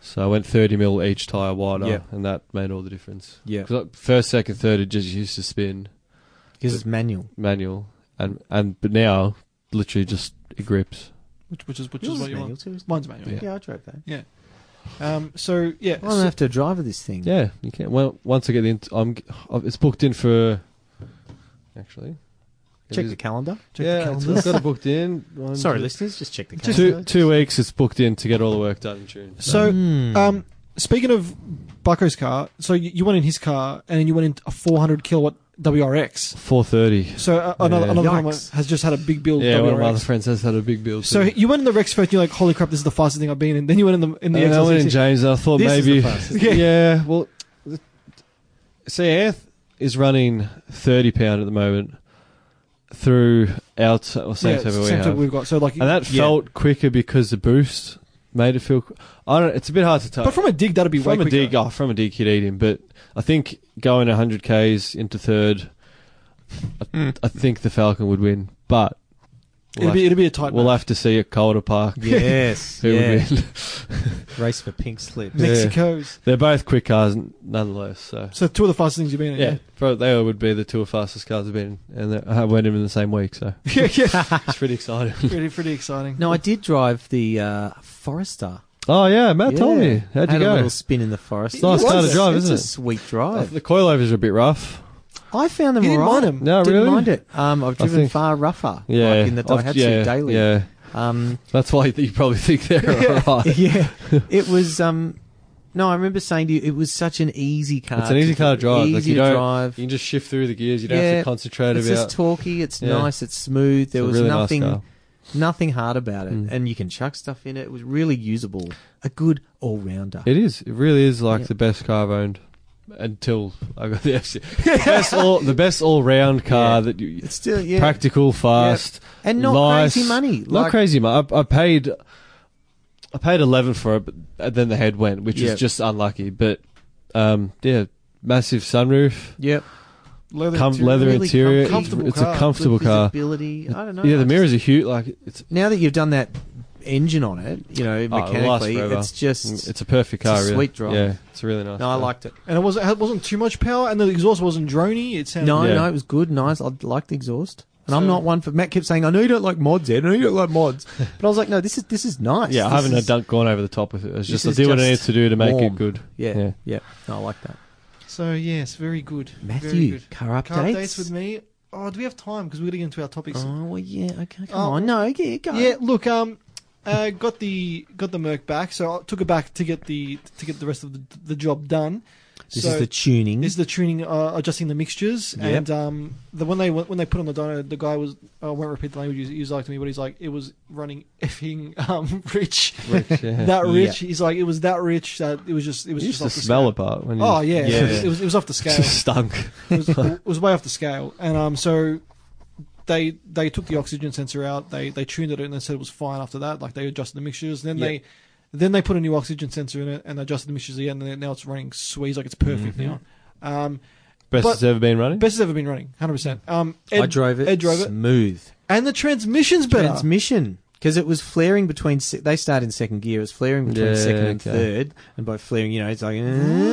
B: So I went 30 mil each tire wider,
C: Yeah.
B: and that made all the difference.
C: Yeah,
B: 'Cause, like, first, second, third, it just used to spin
C: because it's manual.
B: manual, and and but now literally just it grips.
A: Which, which is which
C: Yours
A: is
C: is
A: what you
C: manual
A: want.
C: too, isn't
A: Mine's manual.
C: it?
A: Yeah.
C: Yeah, I drove that.
A: Um. So yeah.
C: I don't
A: so-
C: have to drive with this thing.
B: Yeah, you can. Well, once I get in, I'm I've- it's booked in for actually. It
C: Check
B: is-
C: the calendar.
B: yeah,
C: Check the
B: it's-
C: calendar.
B: I've got it booked in. One,
C: Sorry,
B: two-
C: listeners, just check the calendar.
B: Two two weeks. It's booked in to get all the work done in June.
A: So,
C: Hmm.
A: um, speaking of Bucko's car, so you, you went in his car, and then you went in a 400 kilowatt WRX.
B: four thirty.
A: So uh, another
B: Yeah.
A: another one
C: Yikes.
A: has just had a big build.
B: Yeah, one of my other
A: WRX.
B: friends has had a big bill.
A: So
B: too.
A: you went in the Rex first, and you're like, "Holy crap, this is the fastest thing I've been." in. Then you went in the in the
B: and I went in
A: XL60.
B: James. And I thought
C: This is the
B: maybe,
C: fastest.
B: yeah. Well, the- see, Earth is running thirty pound at the moment through our t- or same
A: Yeah,
B: server we
A: same
B: have,
A: type we've got. So like,
B: and that
C: Yeah.
B: felt quicker because the boost made it feel. qu- I don't. It's a bit hard to tell.
A: but from a dig, that'd be way
B: from a
A: quicker.
B: dig, oh, from a dig, you'd eat him. But I think going hundred k's into third, I, I think the Falcon would win. But
A: Hmm. it'd
B: we'll, have,
A: be it'd be a tight.
B: we'll
A: match.
B: have to see at Calder Park
C: Yes.
B: who
C: yeah.
B: would win.
C: Race for pink slips.
B: Yeah.
A: Mexico's.
B: They're both quick cars, n- nonetheless. So
A: So two of the fastest things you've been in.
B: yeah, probably they would be the two of fastest cars I've been, in, and they- I went in the same week, so
A: yeah, yeah.
B: it's pretty exciting.
A: pretty pretty exciting.
C: No, I did drive the uh, Forester.
B: oh yeah, Matt told
C: Yeah.
B: me. How'd you
C: Had A
B: go?
C: little spin in the Forester.
B: It's nice
A: car to
C: It's-
B: drive,
C: it's
B: isn't
C: a
B: it?
C: sweet
B: Uh,
C: drive.
B: The coilovers are a bit rough.
C: I found them
A: you didn't
C: alright.
A: mind him.
B: No,
C: Didn't
B: really.
C: mind it. Um, I've driven
B: think-
C: far rougher.
B: Yeah,
C: Like in the
B: I've-
C: Daihatsu
B: yeah,
C: daily.
B: Yeah,
C: Um,
B: that's why you probably think they're
A: Yeah.
B: alright.
C: yeah. It was. Um, no, I remember saying to you, it was such an easy car.
B: It's an easy car to drive.
C: Easy
B: Like, you
C: to
B: don't-
C: drive.
B: You can just shift through the gears. You don't
C: Yeah,
B: have to concentrate
C: It's
B: about.
C: just talky. It's
B: Yeah.
C: nice. It's smooth. There
B: It's a
C: was
B: really nice
C: nothing,
B: car.
C: nothing hard about it,
B: Mm.
C: and you can chuck stuff in it. It was really usable. A good all rounder.
B: It is. It really is like
C: Yeah.
B: the best car I've owned until I got the FC. the best all the best all round car
C: Yeah.
B: that you.
C: It's still yeah,
B: Practical, fast,
C: and not
B: nice.
C: crazy money.
B: Not
C: Like,
B: crazy, mate. I, I paid, I paid eleven for it, but then the head went, which
C: Yeah.
B: was just unlucky. But um, yeah, massive sunroof,
C: Yep.
A: Leather
B: com-
A: interior.
B: leather
C: really
B: interior. it's-
A: comfortable
B: it's
A: car.
B: a comfortable
C: good
B: car.
C: Visibility. I don't know.
B: yeah, the
C: I
B: mirrors
C: just-
B: are huge. Like it's
C: Now that you've done that engine on it, you know
B: oh, it lasts
C: mechanically,
B: forever. Mm,
C: it's just.
B: it's uh, a perfect
C: it's a
B: car. really.
C: sweet drive.
B: Yeah, it's a really nice.
C: no, I
B: car.
C: liked it.
A: And it wasn't it wasn't too much power, and the exhaust wasn't drony. It sounded
C: No,
B: Yeah.
C: no, it was good, nice. I liked the exhaust, and
A: So-
C: I'm not one for. Matt kept saying, "I know you don't like mods, Ed. I know you don't like mods," but I was like, "No, this is this is nice."
B: Yeah, I
C: This
B: haven't
C: is-
B: done, gone over the top with it. It's
C: This
B: just I
C: is
B: did what I
C: just
B: needed to do to make
C: warm.
B: it good.
C: Yeah, yeah,
B: Yeah.
C: No, I like that.
A: So yes, very good, Very
C: Matthew,
A: good.
C: car updates.
A: Car updates with me. Oh, do we have time? Because we're getting into our topics.
C: Oh well, yeah. Okay, come
A: Oh.
C: on. No, yeah, go.
A: Yeah, look, um, uh, got the got the Merc back, so I took it back to get the to get the rest of the, the job done.
C: This
A: So
C: is the tuning.
A: this is the tuning, uh, adjusting the mixtures,
C: Yep.
A: and um, the when they when they put on the dyno, the guy was I won't repeat the language he used like to me, but he's like it was running effing um rich,
B: Rich, yeah.
A: that rich. He's like it was that rich that it was just it was
B: you used
A: just off
B: to
A: the
B: smell
A: scale.
B: apart when you.
A: Oh yeah,
C: Yeah.
A: It, was, it was off the
B: It
A: scale.
B: just stunk.
A: it, was, it was way off the scale, and um, so they they took the oxygen sensor out. They they tuned it and they said it was fine after that. Like they adjusted the mixtures. Then
C: Yeah.
A: they then they put a new oxygen sensor in it and adjusted the mixtures again. And now it's running sweet, like it's perfect
C: Mm-hmm.
A: now. Um,
B: Best
A: But-
B: it's ever been running.
A: best it's ever been running, hundred percent. Um, Ed,
C: Mm-hmm. I drove it.
A: Ed drove it,
C: smooth.
A: and the transmission's better.
C: transmission because it was flaring between. se- They started in second gear. It was flaring between
B: Yeah,
C: second and
B: okay.
C: third, and by flaring, you know, it's like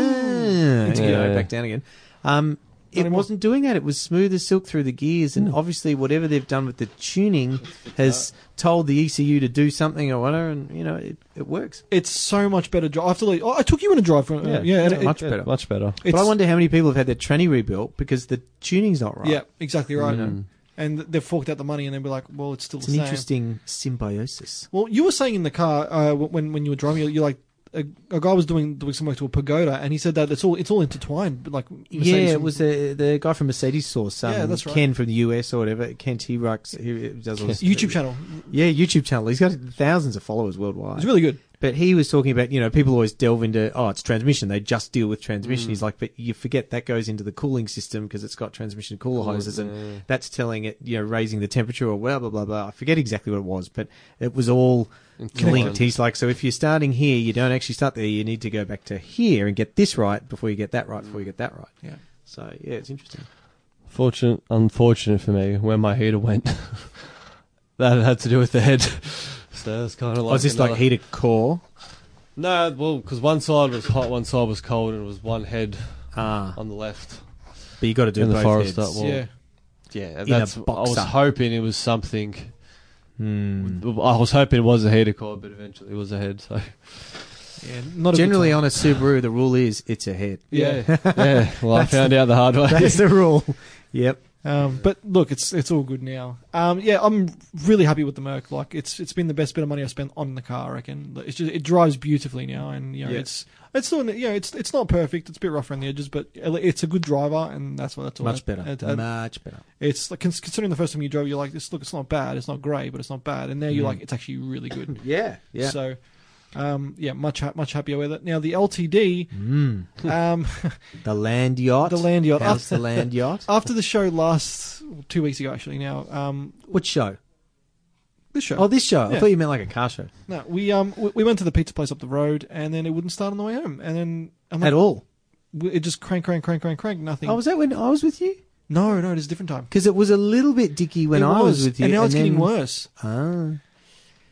A: Mm.
C: "Ah," you know,
B: Yeah.
C: back down again. Um, it
A: Anymore? Mm.
C: wasn't doing that. It was smooth as silk through the gears, and obviously, whatever they've done with the tuning has told the ECU to do something or whatever, and you know, it, it works.
A: it's so much better drive. After like, oh, I took you on a drive from yeah, yeah, and it-
C: much
A: it-
C: better.
B: Much better.
A: it's-
C: but I wonder how many people have had their tranny rebuilt because the tuning's not right.
A: yeah, exactly right.
B: Mm.
A: and they've forked out the money, and they'll be like, "Well, it's still
C: Mm-hmm. It's
A: the same."
C: an interesting symbiosis.
A: Well, you were saying in the car uh, when when you were driving, you're like a, a guy was doing doing some work to a pagoda, and he said that it's all it's all intertwined, but like
C: yeah,
A: Mercedes-
C: it was the the guy from Mercedes source. Um,
A: Yeah, that's right.
C: Ken from the US or whatever. Kent he writes. He does all this-
A: YouTube channel.
C: Yeah, YouTube channel. He's got thousands of followers worldwide.
A: It's really good.
C: But he was talking about, you know, people always delve into, oh, it's transmission. They just deal with
A: Mm.
C: transmission. He's like, but you forget that goes into the cooling system because it's got transmission cooler hoses and that's telling it, you know, raising the temperature or blah, blah, blah, blah. I forget exactly what it was, but it was all linked. He's like, so if you're starting here, you don't actually start there. You need to go back to here and get this right before you get that right, before you get that right.
A: Yeah.
C: So, yeah, it's interesting.
B: Fortunate, unfortunate for me, when my heater went, that had to do with the head. So that's kind of like.
C: oh, is this
B: another-
C: like heater core?
B: No, well, because one side was hot, one side was cold, and it was one head
C: Ah,
B: on the left.
C: but you got to do
B: In the
C: both
B: forest
C: heads.
B: that wall. Well,
A: yeah,
B: Yeah,
C: a
B: that's. I was
C: boxer.
B: hoping it was something.
C: Hmm.
B: I was hoping it was a heater cord, but eventually it was a head. So
A: yeah. Not a good
C: Generally,
A: time.
C: on a Subaru, the rule is it's a head.
A: Yeah.
B: yeah. Well, I found out the hard way.
C: That is the rule. Yep.
A: Um, but look, it's it's all good now. Um, yeah, I'm really happy with the Merc. Like, it's it's been the best bit of money I spent on the car. I reckon it's just it drives beautifully now, and you know
C: Yeah.
A: it's it's still you know it's it's not perfect. It's a bit rough around the edges, but it's a good driver, and that's what that's all.
C: Much
A: that-
C: better.
A: that- that-
C: Much better.
A: it's like cons- considering the first time you drove, you're like, this look, it's not bad, it's not great, but it's not bad, and now you're
C: Mm.
A: like, it's actually really good.
C: Yeah. Yeah.
A: So, um, yeah, much ha- much happier with it. Now the LTD,
C: Mm.
A: um,
C: The land yacht.
A: the land yacht. Uh,
C: How's
A: After,
C: the land yacht?
A: after the show last two weeks ago, actually. Now, um,
C: What show?
A: this show.
C: Oh, this show. I
A: Yeah.
C: thought you meant like a car show.
A: No, we um we, we went to the pizza place up the road, and then it wouldn't start on the way home, and then I'm like,
C: At all.
A: w- it just crank, crank, crank, crank, crank, nothing.
C: Oh, was that when I was with you?
A: no, no, it is a different time.
C: Because it was a little bit dicky when
A: It
C: I was with you.
A: and now it's getting
C: then-
A: worse.
C: Ah.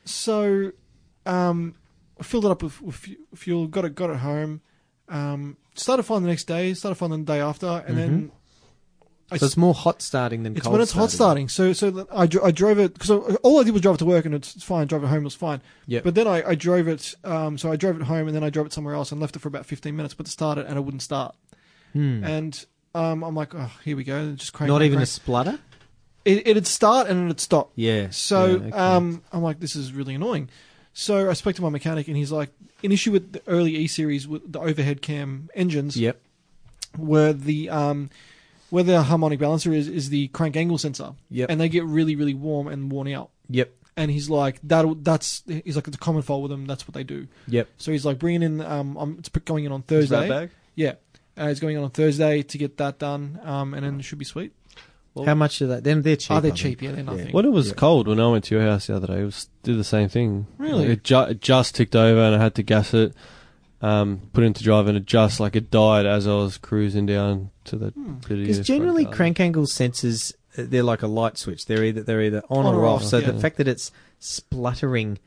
A: So, um, I filled it up with, with fu- fuel, got it, got it home. Um, started fine the next day, started fine the day after, and then I
C: Mm-hmm. So it's more hot starting than
A: It's
C: cold
A: when it's hot starting. So so that I, dro- I drove it because all I did was drive it to work and it's it's fine. Drive it home it was fine.
C: Yep.
A: But then I, I drove it. Um, so I drove it home and then I drove it somewhere else and left it for about fifteen minutes. But it started and it wouldn't start.
C: Hmm.
A: And um, I'm like, oh, here we go. And just crank.
C: Not
A: crank,
C: even a
A: crank.
C: splutter?
A: it, it'd start and then it'd stop.
C: Yeah.
A: So
C: Yeah, okay.
A: um, I'm like, this is really annoying. So I spoke to my mechanic and he's like, an issue with the early E series with the overhead cam engines
C: Yep.
A: where the um, where the harmonic balancer is is the crank angle sensor,
C: Yep.
A: and they get really really warm and worn out.
C: Yep.
A: And he's like that. That's he's like it's a common fault with them. That's what they do.
C: Yep.
A: So he's like bringing in um, um it's going in on Thursday. Yeah, uh, it's going in on Thursday to get that done. Um, and then it should be sweet.
C: How much are that? Then they're cheap.
A: Are they
C: I think.
A: cheap? Yeah, they're nothing.
B: When it was
C: Yeah.
B: cold, when I went to your house the other day, it was did the same thing.
A: Really?
B: it, ju- it just ticked over, and I had to gas it, um, put it into drive, and it just like it died as I was cruising down to the.
A: Hmm.
B: to the
C: Because
B: front
C: generally,
B: garden.
C: crank angle sensors uh, they're like a light switch. They're either they're either on, or, off. So the
B: yeah.
C: fact that it's spluttering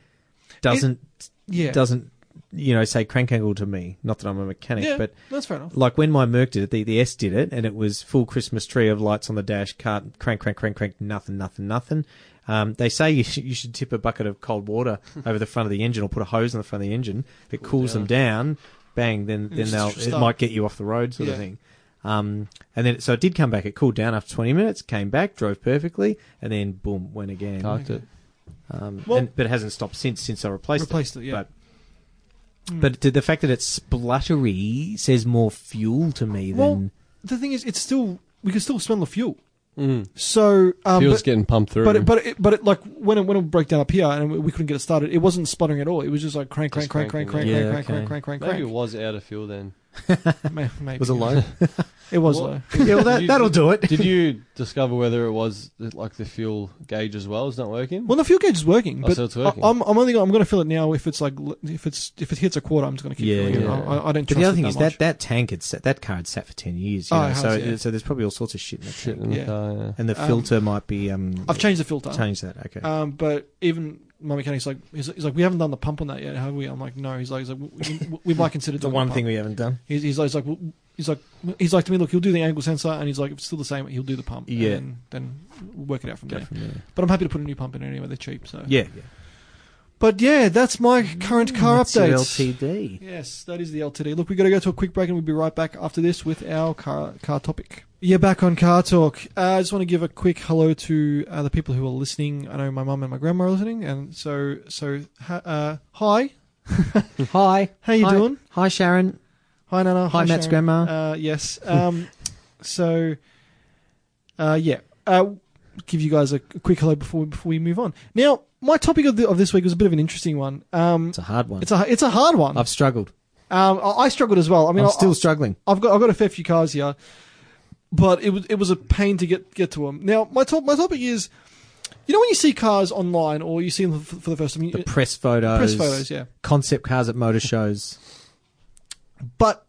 C: doesn't
A: Yeah,
C: doesn't you know say crank angle to me. Not that I'm a mechanic,
A: yeah,
C: but
A: that's fair enough.
C: like when my Merc did it, the, the S did it, and it was full Christmas tree of lights on the dash, cart, crank, crank, crank, crank, nothing, nothing, nothing. Um, they say you, sh- you should tip a bucket of cold water over the front of the engine or put a hose on the front of the engine. If it
B: Cool
C: cools them down, bang, then, then
A: just
C: they'll, it
A: start.
C: might get you off the road sort of
A: Yeah.
C: thing. Um, and then, so it did come back. It cooled down after 20 minutes, came back, drove perfectly, and then boom, went again.
B: Parked it.
C: Um,
A: Well-
C: and, but it hasn't stopped since, since I replaced, it.
A: Replaced it. Yeah, Hmm.
C: But But the- the fact that it's spluttery says more fuel to me
A: Well,
C: than.
A: the thing is, it's still we can still smell the fuel.
B: Mm.
A: So um,
B: Fuel's
A: but-
B: getting pumped through.
A: But it, but it, but it, like when it when it broke down up here and we- we couldn't get it started, it wasn't sputtering at all. It was just like crank, crank,
B: Just
A: crank, crank, crank,
B: cranking,
C: yeah.
A: crank, crank,
C: Yeah,
A: crank, crank,
B: maybe it
A: crank.
B: was out of fuel then.
A: Ma- Maybe
C: Was it low?
A: It was
B: Well-
A: low.
C: yeah, well, that,
B: You-
C: that'll do it.
B: Did you discover whether it was like the fuel gauge as well is not working?
A: Well, the fuel gauge is working,
B: Oh,
A: but
B: so it's working.
A: I, am I'm only gonna, I'm going to fill it now. If it's like l- if it's if it hits a quarter, I'm just going to keep
C: Yeah,
A: filling it.
B: yeah.
A: I, I- I don't.
C: But
A: Trust
C: the other thing
A: it
C: is
A: much.
C: that that tank had sat, that car had sat for ten years. You
A: Oh,
C: know,
A: it
C: so
A: has, yeah.
C: so there's probably all sorts of shit in that
B: shit
C: tank.
B: in the
A: Yeah.
B: car. Yeah.
C: And the
A: Um,
C: filter might be. Um,
A: I've changed the filter.
C: changed that. Okay.
A: Um, but even my mechanic's like he's, he's like we haven't done the pump on that yet, have we? I'm like no. He's like, he's like we, we- we might consider
C: the
A: doing
C: one
A: the
C: thing
A: pump.
C: we haven't done.
A: He's, he's like he's like w- he's like he's like to me. Look, he'll do the angle sensor, and he's like if it's still the same, he'll do the pump.
C: Yeah.
A: and then, then we'll work it out from
B: Go
A: there.
B: from there.
A: But I'm happy to put a new pump in anyway. They're cheap, so
C: Yeah.
A: But yeah, that's my current car
C: Mm, That's your
A: updates.
C: LTD.
A: Yes, that is the LTD. Look, we've got to go to a quick break and we'll be right back after this with our car, car topic. Yeah, back on Car Talk. Uh, I just want to give a quick hello to uh, the people who are listening. I know my mum and my grandma are listening, and so so ha- uh, hi,
C: Hi.
A: how you
C: Hi.
A: doing?
C: Hi, Sharon.
A: Hi Nana.
C: Hi, Matt's
A: Sharon.
C: grandma.
A: Uh, yes. Um, so uh, yeah, uh, give you guys a quick hello before we, before we move on. Now, my topic of, the, of this week was a bit of an interesting one. Um,
C: It's a hard one.
A: it's a it's a hard one.
C: I've struggled.
A: Um, I, I struggled as well. I
C: I
A: mean,
C: am
A: I-
C: still struggling.
A: I've got I've got a fair few cars here, but it was it was a pain to get get to them. Now my top my topic is, you know, when you see cars online or you see them for, for the first time, you,
C: The press photos.
A: press photos, yeah,
C: Concept cars at motor shows.
A: but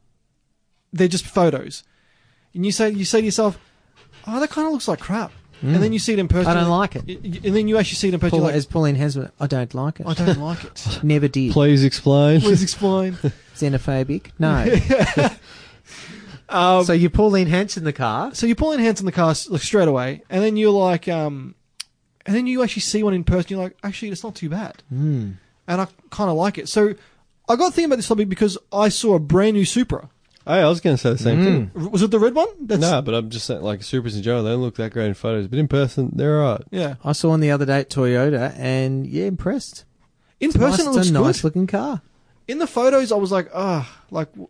A: they're just photos, and you say you say to yourself, oh, that kind of looks like crap, and then you see it in person.
C: Mm. I don't like it.
A: y- y- and then you actually see it in person.
C: Paul,
A: You're like,
C: as Pauline Hansman, I don't like it.
A: I don't like it.
C: Never did.
B: Please explain.
A: Please explain.
C: Xenophobic? No.
A: Um,
C: so you Pauline Hanson the car.
A: so you're pulling hands in the car s- like straight away, and then you're like, um, and then you actually see one in person. You're like, actually, it's not too bad.
C: Mm.
A: and I kind of like it. So I got thinking about this topic because I saw a brand new Supra.
B: Hey, I was going to say the same
C: Hmm.
B: thing.
A: R- Was it the red one? That's,
B: no, but I'm just saying, like Supers in general, they don't look that great in photos, but in person, they're all right.
A: Yeah.
C: I saw one the other day at Toyota and yeah, impressed.
A: In
C: It's
A: person,
C: nice,
A: it looks
C: it's a
A: good.
C: nice looking car.
A: In the photos, I was like, ah, like w-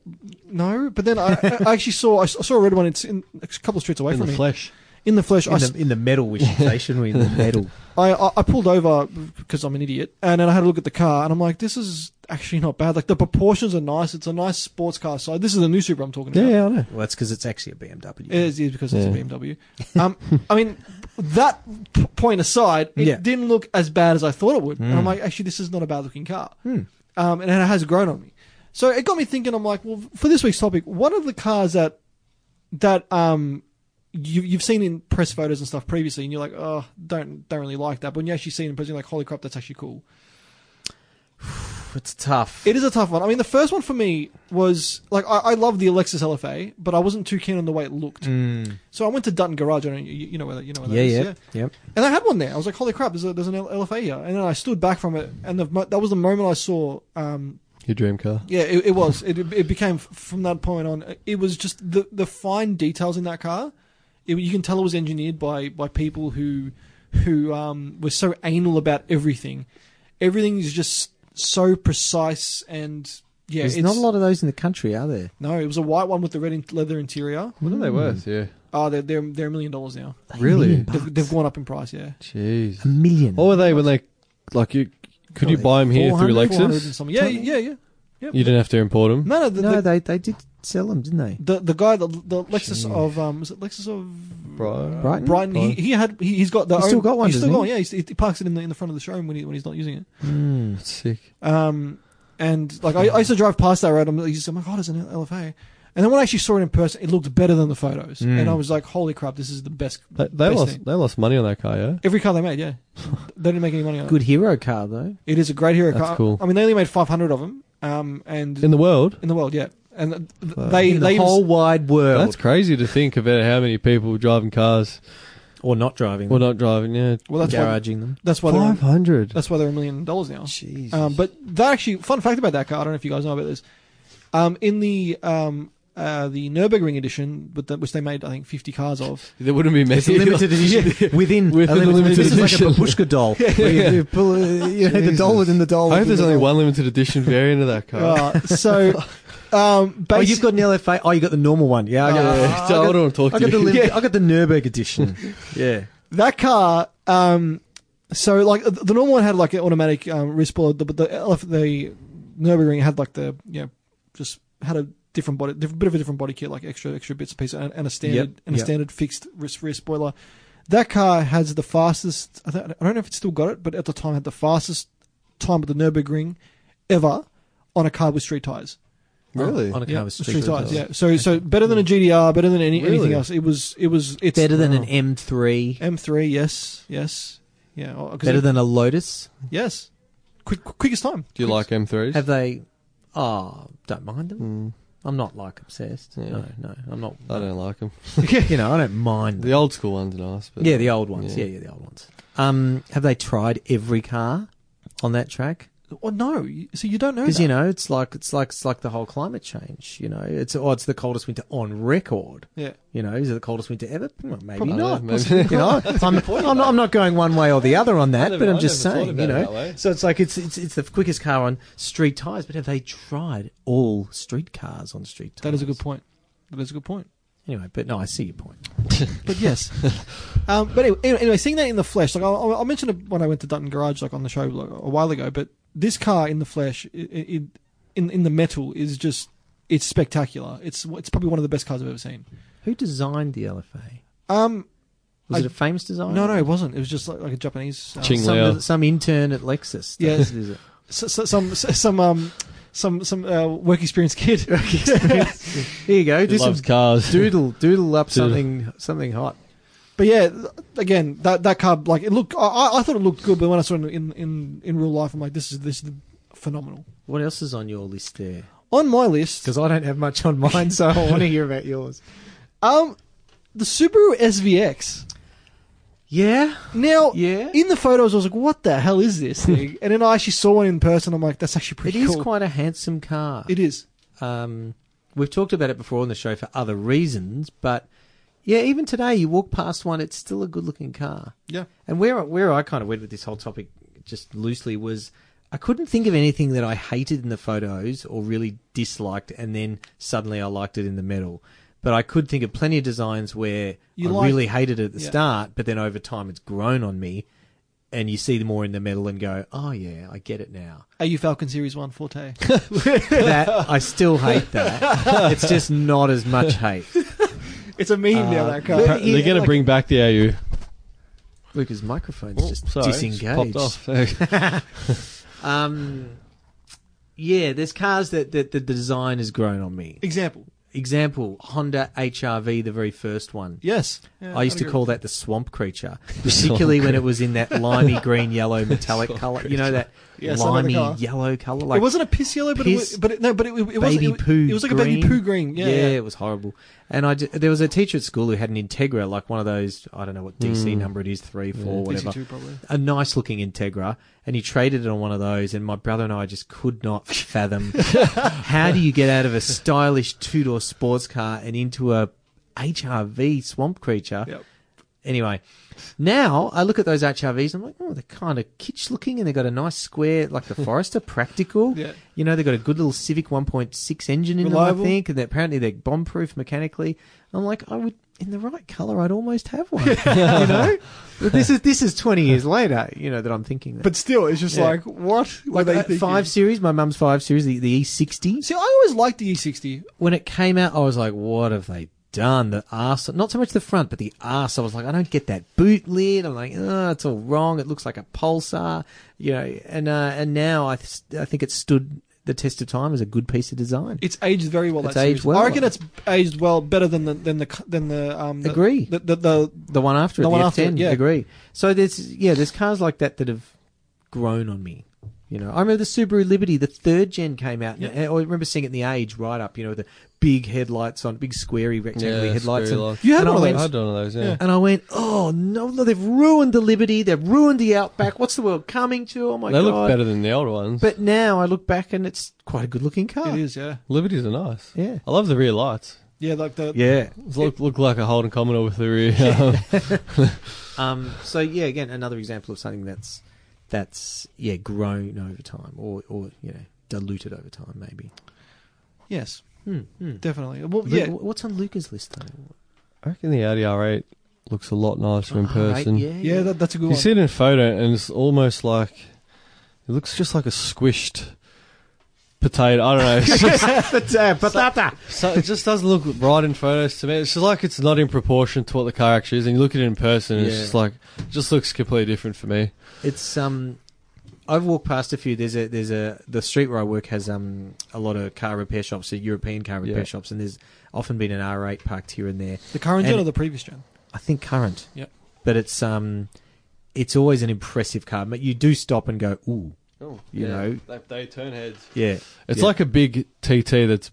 A: no. But then I, I actually saw I s- I saw a red one. It's in a couple of streets away
B: in
A: from
B: the
A: me.
B: flesh.
A: in the flesh, I, s-
C: in the metal, we should say, shouldn't we? In the metal.
A: I, I- I pulled over because I'm an idiot, and then I had a look at the car, and I'm like, this is actually not bad. Like the proportions are nice. It's a nice sports car. So this is the new Supra I'm talking about.
B: I know.
C: Well, that's because it's actually a BMW.
A: It is, it is because it's
B: Yeah.
A: a BMW. Um, I mean, that p- point aside, it
C: Yeah.
A: didn't look as bad as I thought it would. And I'm
C: Mm.
A: like, actually, this is not a bad looking car.
C: Hmm.
A: Um, and it has grown on me. So it got me thinking. I'm like, well, for this week's topic, what are the cars that that um you, you've seen in press photos and stuff previously, and you're like, oh, don't don't really like that. But when you actually see it in person, you're like, holy crap, that's actually cool.
C: It's tough.
A: It is a tough one. I mean, the first one for me was like, I, I love the Lexus LFA, but I wasn't too keen on the way it looked.
C: Mm.
A: So I went to Dutton Garage. I don't, you, you know where that, you know where that
C: Yeah,
A: is,
C: yeah, yep.
A: And I had one there. I was like, holy crap, there's, a, there's an L- LFA here. And then I stood back from it, and the, mo- that was the moment I saw. Um,
B: Your dream car.
A: yeah, it, it was. It, it became f- from that point on. It was just the the fine details in that car. It, you can tell it was engineered by by people who who um, were so anal about everything. Everything is just so precise and yeah.
C: There's
A: it's,
C: not a lot of those in the country, are there?
A: No, it was a white one with the red in- leather interior.
B: What are they worth? Yeah.
A: Oh, they're they're, they're a million dollars now.
B: Really?
C: million bucks.
A: They've, they've gone up in price. Yeah.
B: Jeez.
C: A million.
B: What were they when they, like, you could you buy them here
A: 400,
B: through
A: 400 and
B: Lexus?
A: something. Yeah, yeah, yeah.
B: You didn't have to import them.
A: No, no, the,
C: no,
A: the,
C: they they did sell them, didn't they?
A: the the guy, the, the Lexus
B: Shit.
A: of um, was it Lexus of
B: Brian.
C: Brighton?
A: Brighton? He, he had he, he's got the
C: He's
A: own-
C: still got one,
A: He's still
C: doesn't
A: got
C: he?
A: one, yeah. He, he parks it in the in the front of the showroom when he when he's not using it.
C: Mm.
B: That's sick.
A: Um, and like I, I used to drive past that road. I'm like, I'm like, oh, there's an LFA. And then when I actually saw it in person, it looked better than the photos.
C: Mm.
A: And I was like, holy crap, this is the best.
B: They, they
A: Best
B: lost.
A: thing.
B: They lost money on that car, yeah.
A: Every car they made, yeah, they didn't make any money on it.
C: Good hero car though.
A: It is a great hero
B: That's
A: car.
B: cool.
A: I mean, they only made 500 of them. Um, and
B: In the world,
A: in the world, yeah. And th- th-
B: Wow.
A: they
C: In the
A: they even-
C: whole wide world,
B: that's crazy to think about how many people were driving cars
C: or not driving,
B: or not driving. Yeah,
A: well that's why
C: garaging them.
A: that's why they're
B: five hundred.
A: that's why they're a million dollars now.
C: Jeez.
A: Um, but that actually fun fact about that car. I don't know if you guys know about this. Um, in the um, uh, the Nurburgring edition, with the, which they made I think 50 cars of.
B: There wouldn't be many.
C: It's a limited edition within,
B: Within
C: a
B: the limited
C: this
B: edition.
C: is like a babushka doll. where you, you pull, uh, you know, the doll
B: Jesus.
C: within the doll.
B: I hope
C: within
B: there's
C: the
B: only
C: doll.
B: one limited edition variant of that car.
A: Uh, so, um,
C: Oh,
A: basi-
C: you've got an LFA. Oh, you got the normal one. Yeah, I
B: yeah,
C: got,
B: Oh, yeah.
C: I
B: So I
C: got,
B: don't want to talk
C: I
B: to
C: got the
B: you.
C: lim- I got the Nurburg edition. yeah,
A: that car. Um, so like th- the normal one had like an automatic um, wrist puller, but the LF, the Nurburgring had like the you know just had a different body, diff- bit of a different body kit, like extra extra bits and pieces, and, and a standard
C: Yep,
A: and a
C: yep.
A: standard fixed wrist rear spoiler. That car has the fastest. I don't I don't know if it's still got it, but at the time had the fastest time at the Nurburgring ever on a car with street tires.
B: Really?
C: on a
A: Yeah,
C: car with
A: street,
C: street
A: tires.
C: tires.
A: Yeah. So so better than a GDR, better than any, anything
B: Really?
A: else. It was it was it's
C: Better than
A: Wow.
C: an M3.
A: M3, yes, yes, yeah. oh, 'cause
C: Better
A: it-
C: than a Lotus.
A: yes. Quick, quickest time.
B: Do you like M3s?
C: Have they? Oh, don't mind them.
B: Mm,
C: I'm not like obsessed.
B: Yeah.
C: No, no, I'm not.
B: I don't like them.
C: you know, I don't mind.
B: The old school ones are nice. But
C: yeah, the old ones. Yeah.
B: Yeah.
C: yeah, the old ones. Um, have they tried every car on that track?
A: Well, Oh, no. You- So you don't know
C: Because
A: that.
C: you know, it's like it's like it's like the whole climate change. You know, it's oh, it's the coldest winter on record.
A: yeah.
C: You know, is it the coldest winter ever? Well, maybe
A: Probably
C: not.
B: not.
C: possibly
B: Maybe
C: not. I'm, I'm not, I'm not going one way or the other on that,
B: never-
C: but I'm
B: I
C: just
B: never thought
C: saying,
B: about
C: you
B: it
C: know.
B: that way.
C: So it's like it's, it's it's the quickest car on street tires, but have they tried all street cars on street tires?
A: That is a good point. That is a good point.
C: Anyway, but no, I see your point.
A: But yes. um, but anyway, anyway, anyway, seeing that in the flesh, like I'll, I'll mention it when I went to Dutton Garage, like on the show like, a while ago. But this car in the flesh, i i in in the metal, is just it's spectacular. It's it's probably one of the best cars I've ever seen.
C: Who designed the LFA?
A: Um,
C: Was
A: I-
C: it a famous designer?
A: no, no, it wasn't. It was just like, like a Japanese. Um,
B: Ching
C: Some,
B: Leo.
C: some intern at Lexus.
A: Yeah.
C: That's- is it?
A: s- s- some s- some um some some uh, work experience kid.
C: Here you go.
B: He
C: Do some
B: loves cars.
C: doodle doodle up
B: Doodle.
C: something something hot.
A: But yeah, th- again, that that car like it looked. I- I, I thought it looked good, but when I saw it in in in real life, I'm like, this is this is phenomenal.
C: What else is on your list there?
A: On my list,
C: Because I don't have much on mine, so I want to hear about yours.
A: um, the Subaru SVX.
C: Yeah,
A: Now,
C: yeah.
A: in the photos, I was like, what the hell is this thing? and then I actually saw one in person. I'm like, that's actually
C: It
A: pretty
C: is
A: cool.
C: quite a handsome car.
A: it is.
C: um, we've talked about it before on the show for other reasons, but yeah, even today you walk past one, it's still a good-looking car.
A: Yeah.
C: And where where I kind of went with this whole topic, just loosely, was I couldn't think of anything that I hated in the photos or really disliked, and then suddenly I liked it in the middle. But I could think of plenty of designs where
A: You
C: I
A: like-
C: really hated it at the
A: Yeah.
C: start, but then over time it's grown on me, and you see them more in the middle and go, "Oh yeah, I get it now."
A: Are you Falcon Series One Forte?
C: that I still hate that. It's just not as much hate.
A: it's a meme now.
C: Uh,
A: That car.
B: They're going to bring back the AU.
C: Lucas' microphone's
B: Oh,
C: just
B: sorry, it's
C: disengaged.
B: Popped off.
C: Um, yeah, there's cars that, that the design has grown on me.
A: example.
C: Example: Honda HRV, the very first one.
A: Yes. Yeah,
C: I used
A: I'd
C: to
A: agree
C: call
A: with
C: that the swamp creature, particularly when it was in that limey green, yellow, metallic
B: Swamp
C: color. You know that
A: Yeah, it's another
C: limey
A: colour.
C: yellow color, like
A: it wasn't a piss yellow, but it
C: piss,
A: was, but it, no, but it, it wasn't.
C: baby
A: it, was-
C: poo.
A: It was like a baby poo green. Yeah. yeah.
C: it was horrible. And I d- there was a teacher at school who had an Integra, like one of those I don't know what DC
A: Hmm.
B: Mm.
C: number it is, three, four, whatever.
A: DC2 probably.
C: a nice looking Integra, and he traded it on one of those. And my brother and I just could not fathom how do you get out of a stylish two door sports car and into a HRV swamp creature.
A: Yep.
C: Anyway, now I look at those HRVs. I'm like, oh, they're kind of kitsch looking, and they've got a nice square, like the Forester, practical.
A: Yeah.
C: You know, they've got a good little Civic 1.6 engine in
A: Reliable.
C: them, I think, and they're, apparently they're bomb proof mechanically. I'm like, I would, in the right color, I'd almost have one. you know, but this is this is 20 years later. You know that I'm thinking that.
A: But still, it's just
C: Yeah.
A: like what were
C: like
A: they
C: uh,
A: thinking?
C: five series, my mum's five series, the, the E60.
A: See, I always liked the E E60.
C: When it came out, I was like, what have they done? The arse, not so much the front, but the arse. I was like, I don't get that boot lid. I'm like, oh, it's all wrong. It looks like a pulsar, you know. And uh, and now I th- I think it stood the test of time as a good piece of design.
A: It's aged very well.
C: It's
A: that
C: aged
A: series.
C: well.
A: I reckon it's aged well, better than the than the than the um. The,
C: Agree.
A: The, the, the
C: The one after it,
A: The
C: the,
A: one after it,
C: F10.
A: yeah.
C: Agree. So there's yeah, there's cars like that that have grown on me. You know, I remember the Subaru Liberty, the third gen came out, and I remember seeing it in the Age right up. You know, with the big headlights on, big squarey rectangular headlights.
B: screw
C: and,
B: lights.
A: you had
C: And
A: one of
C: I
B: I
A: those.
B: had one of those. Yeah.
A: Yeah.
C: and I went, oh no, no, they've ruined the Liberty, they've ruined the Outback. What's the world coming to? Oh my
B: they
C: god!
B: look better than the old ones.
C: But now I look back and it's quite a good looking car.
A: It is, yeah,
B: Liberties are nice.
C: Yeah.
B: I love the rear lights.
A: yeah, like the
C: Yeah.
B: It look, look like a Holden Commodore with the rear. Um,
C: Um, so yeah, again, another example of something that's that's yeah grown over time, or or you know diluted over time, maybe.
A: yes,
C: Hmm, hmm.
A: definitely. Well,
C: Lu-
A: yeah,
C: What's on Luca's list though?
B: I reckon the Audi R8 looks a lot nicer in
C: Oh, right,
B: person.
C: yeah,
A: yeah, that, that's a good
B: You
A: one.
B: see it in photo, and it's almost like it looks just like a squished potato. I don't know. It's just-
C: That's, uh, patata.
B: so it just doesn't look right in photos to me. It's just like it's not in proportion to what the car actually is. And you look at it in person, and it's
C: Yeah.
B: just like it just looks completely different for me.
C: It's um, I've walked past a few. There's a there's a the street where I work has um a lot of car repair shops, so European car repair
B: Yeah.
C: shops, and there's often been an R8 parked here and there.
A: the current gen
C: and-
A: or the previous gen?
C: I think current.
A: Yep.
C: But it's um, it's always an impressive car. But you do stop and go, ooh,
B: Oh,
C: You know.
B: they, turn heads.
C: yeah.
B: It's
C: Yeah.
B: like a big TT that's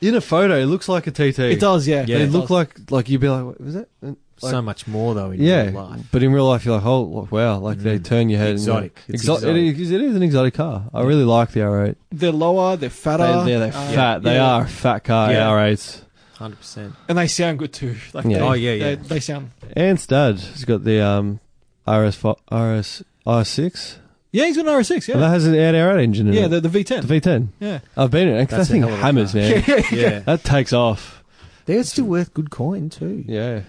B: in a photo. It looks like a TT.
A: It does, yeah.
B: They
C: Yeah.
B: look like like you'd be like, what was that? Like-
C: so much more though in
B: yeah,
C: real life.
B: but in real life, you're like, oh wow, like they
C: Mm.
B: turn your head.
C: Exotic.
B: And,
C: It's
B: Exo-
C: exotic.
B: It, is, it is an exotic car. I really like the R8.
A: They're lower, they're fatter.
B: they, they're
A: uh,
B: fat. They
A: yeah.
B: are a fat car.
C: Yeah.
B: R8s
C: Hundred percent.
A: And they sound good too. Like
B: Yeah.
A: They,
C: Oh, yeah, yeah.
A: They, they sound.
B: and stud. He's got the um, RS fi- RS R6.
A: Yeah, he's got an RS6,
B: And that
A: yeah.
B: has an air R8 engine in
A: Yeah,
B: it.
A: the, the V10.
B: the V10.
A: yeah.
B: I've been in it. 'cause
C: That's
B: that
C: a
B: thing
C: hell of a
B: hammers,
C: car.
B: man.
C: Yeah,
B: that takes off.
C: they're still worth good coin too.
B: Yeah,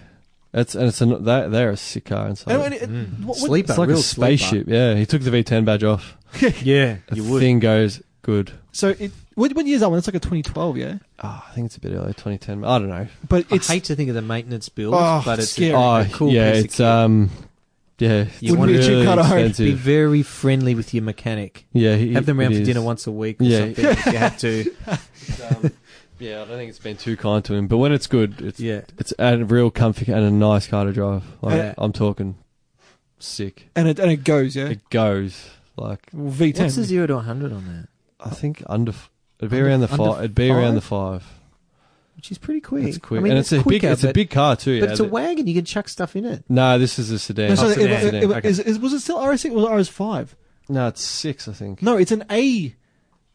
B: it's and it's an, that they're a sick car inside.
A: And, and it-
C: Mm.
A: what- what-
C: Sleep-
B: it's like a
C: real sleeper.
B: spaceship. Yeah, he took the V10 badge off.
C: Yeah,
B: The
C: you would.
B: thing goes good.
A: So it what, what year is that one? It's like a 2012, yeah.
B: Ah, I think it's a bit early, 2010. I don't know.
A: But it's
C: I hate to think of the maintenance bill,
A: Oh,
C: but it's
A: scary.
C: a, a
B: Oh,
C: cool
B: yeah,
C: piece of
B: it's
C: kit.
B: um, yeah, it's
C: Wouldn't be a cheap
B: really
A: car to own.
B: expensive.
C: Be very friendly with your mechanic.
B: Yeah, he,
C: Have them around
B: it
C: for
B: is.
C: dinner once a week or
B: Yeah.
C: something if you have to.
B: Um, yeah, I don't think it's been too kind to him, but when it's good, it's
C: Yeah.
B: it's a real comfy and a nice car to drive. Like,
C: Yeah.
B: I'm talking sick.
A: and it and it goes, yeah.
B: It goes like
A: Well, V10.
C: What's the zero to hundred on that?
B: I think under. f- It'd be
C: Under-
B: around the
C: under
B: five. It'd be around the five.
C: Which is pretty quick.
B: It's quick,
C: I mean,
B: and it's, a
C: quicker,
B: big. It's a
C: but-
B: big car too.
C: But
B: yeah.
C: it's a
B: The-
C: wagon. You can chuck stuff in it.
B: no, this is a
A: no,
B: sedan. No,
A: so
C: Oh,
A: it,
C: sedan,
A: it- it-
B: sedan,
A: is, is, was it still RS6 or was it RS5?
B: it's six, I think.
A: No, it's an A.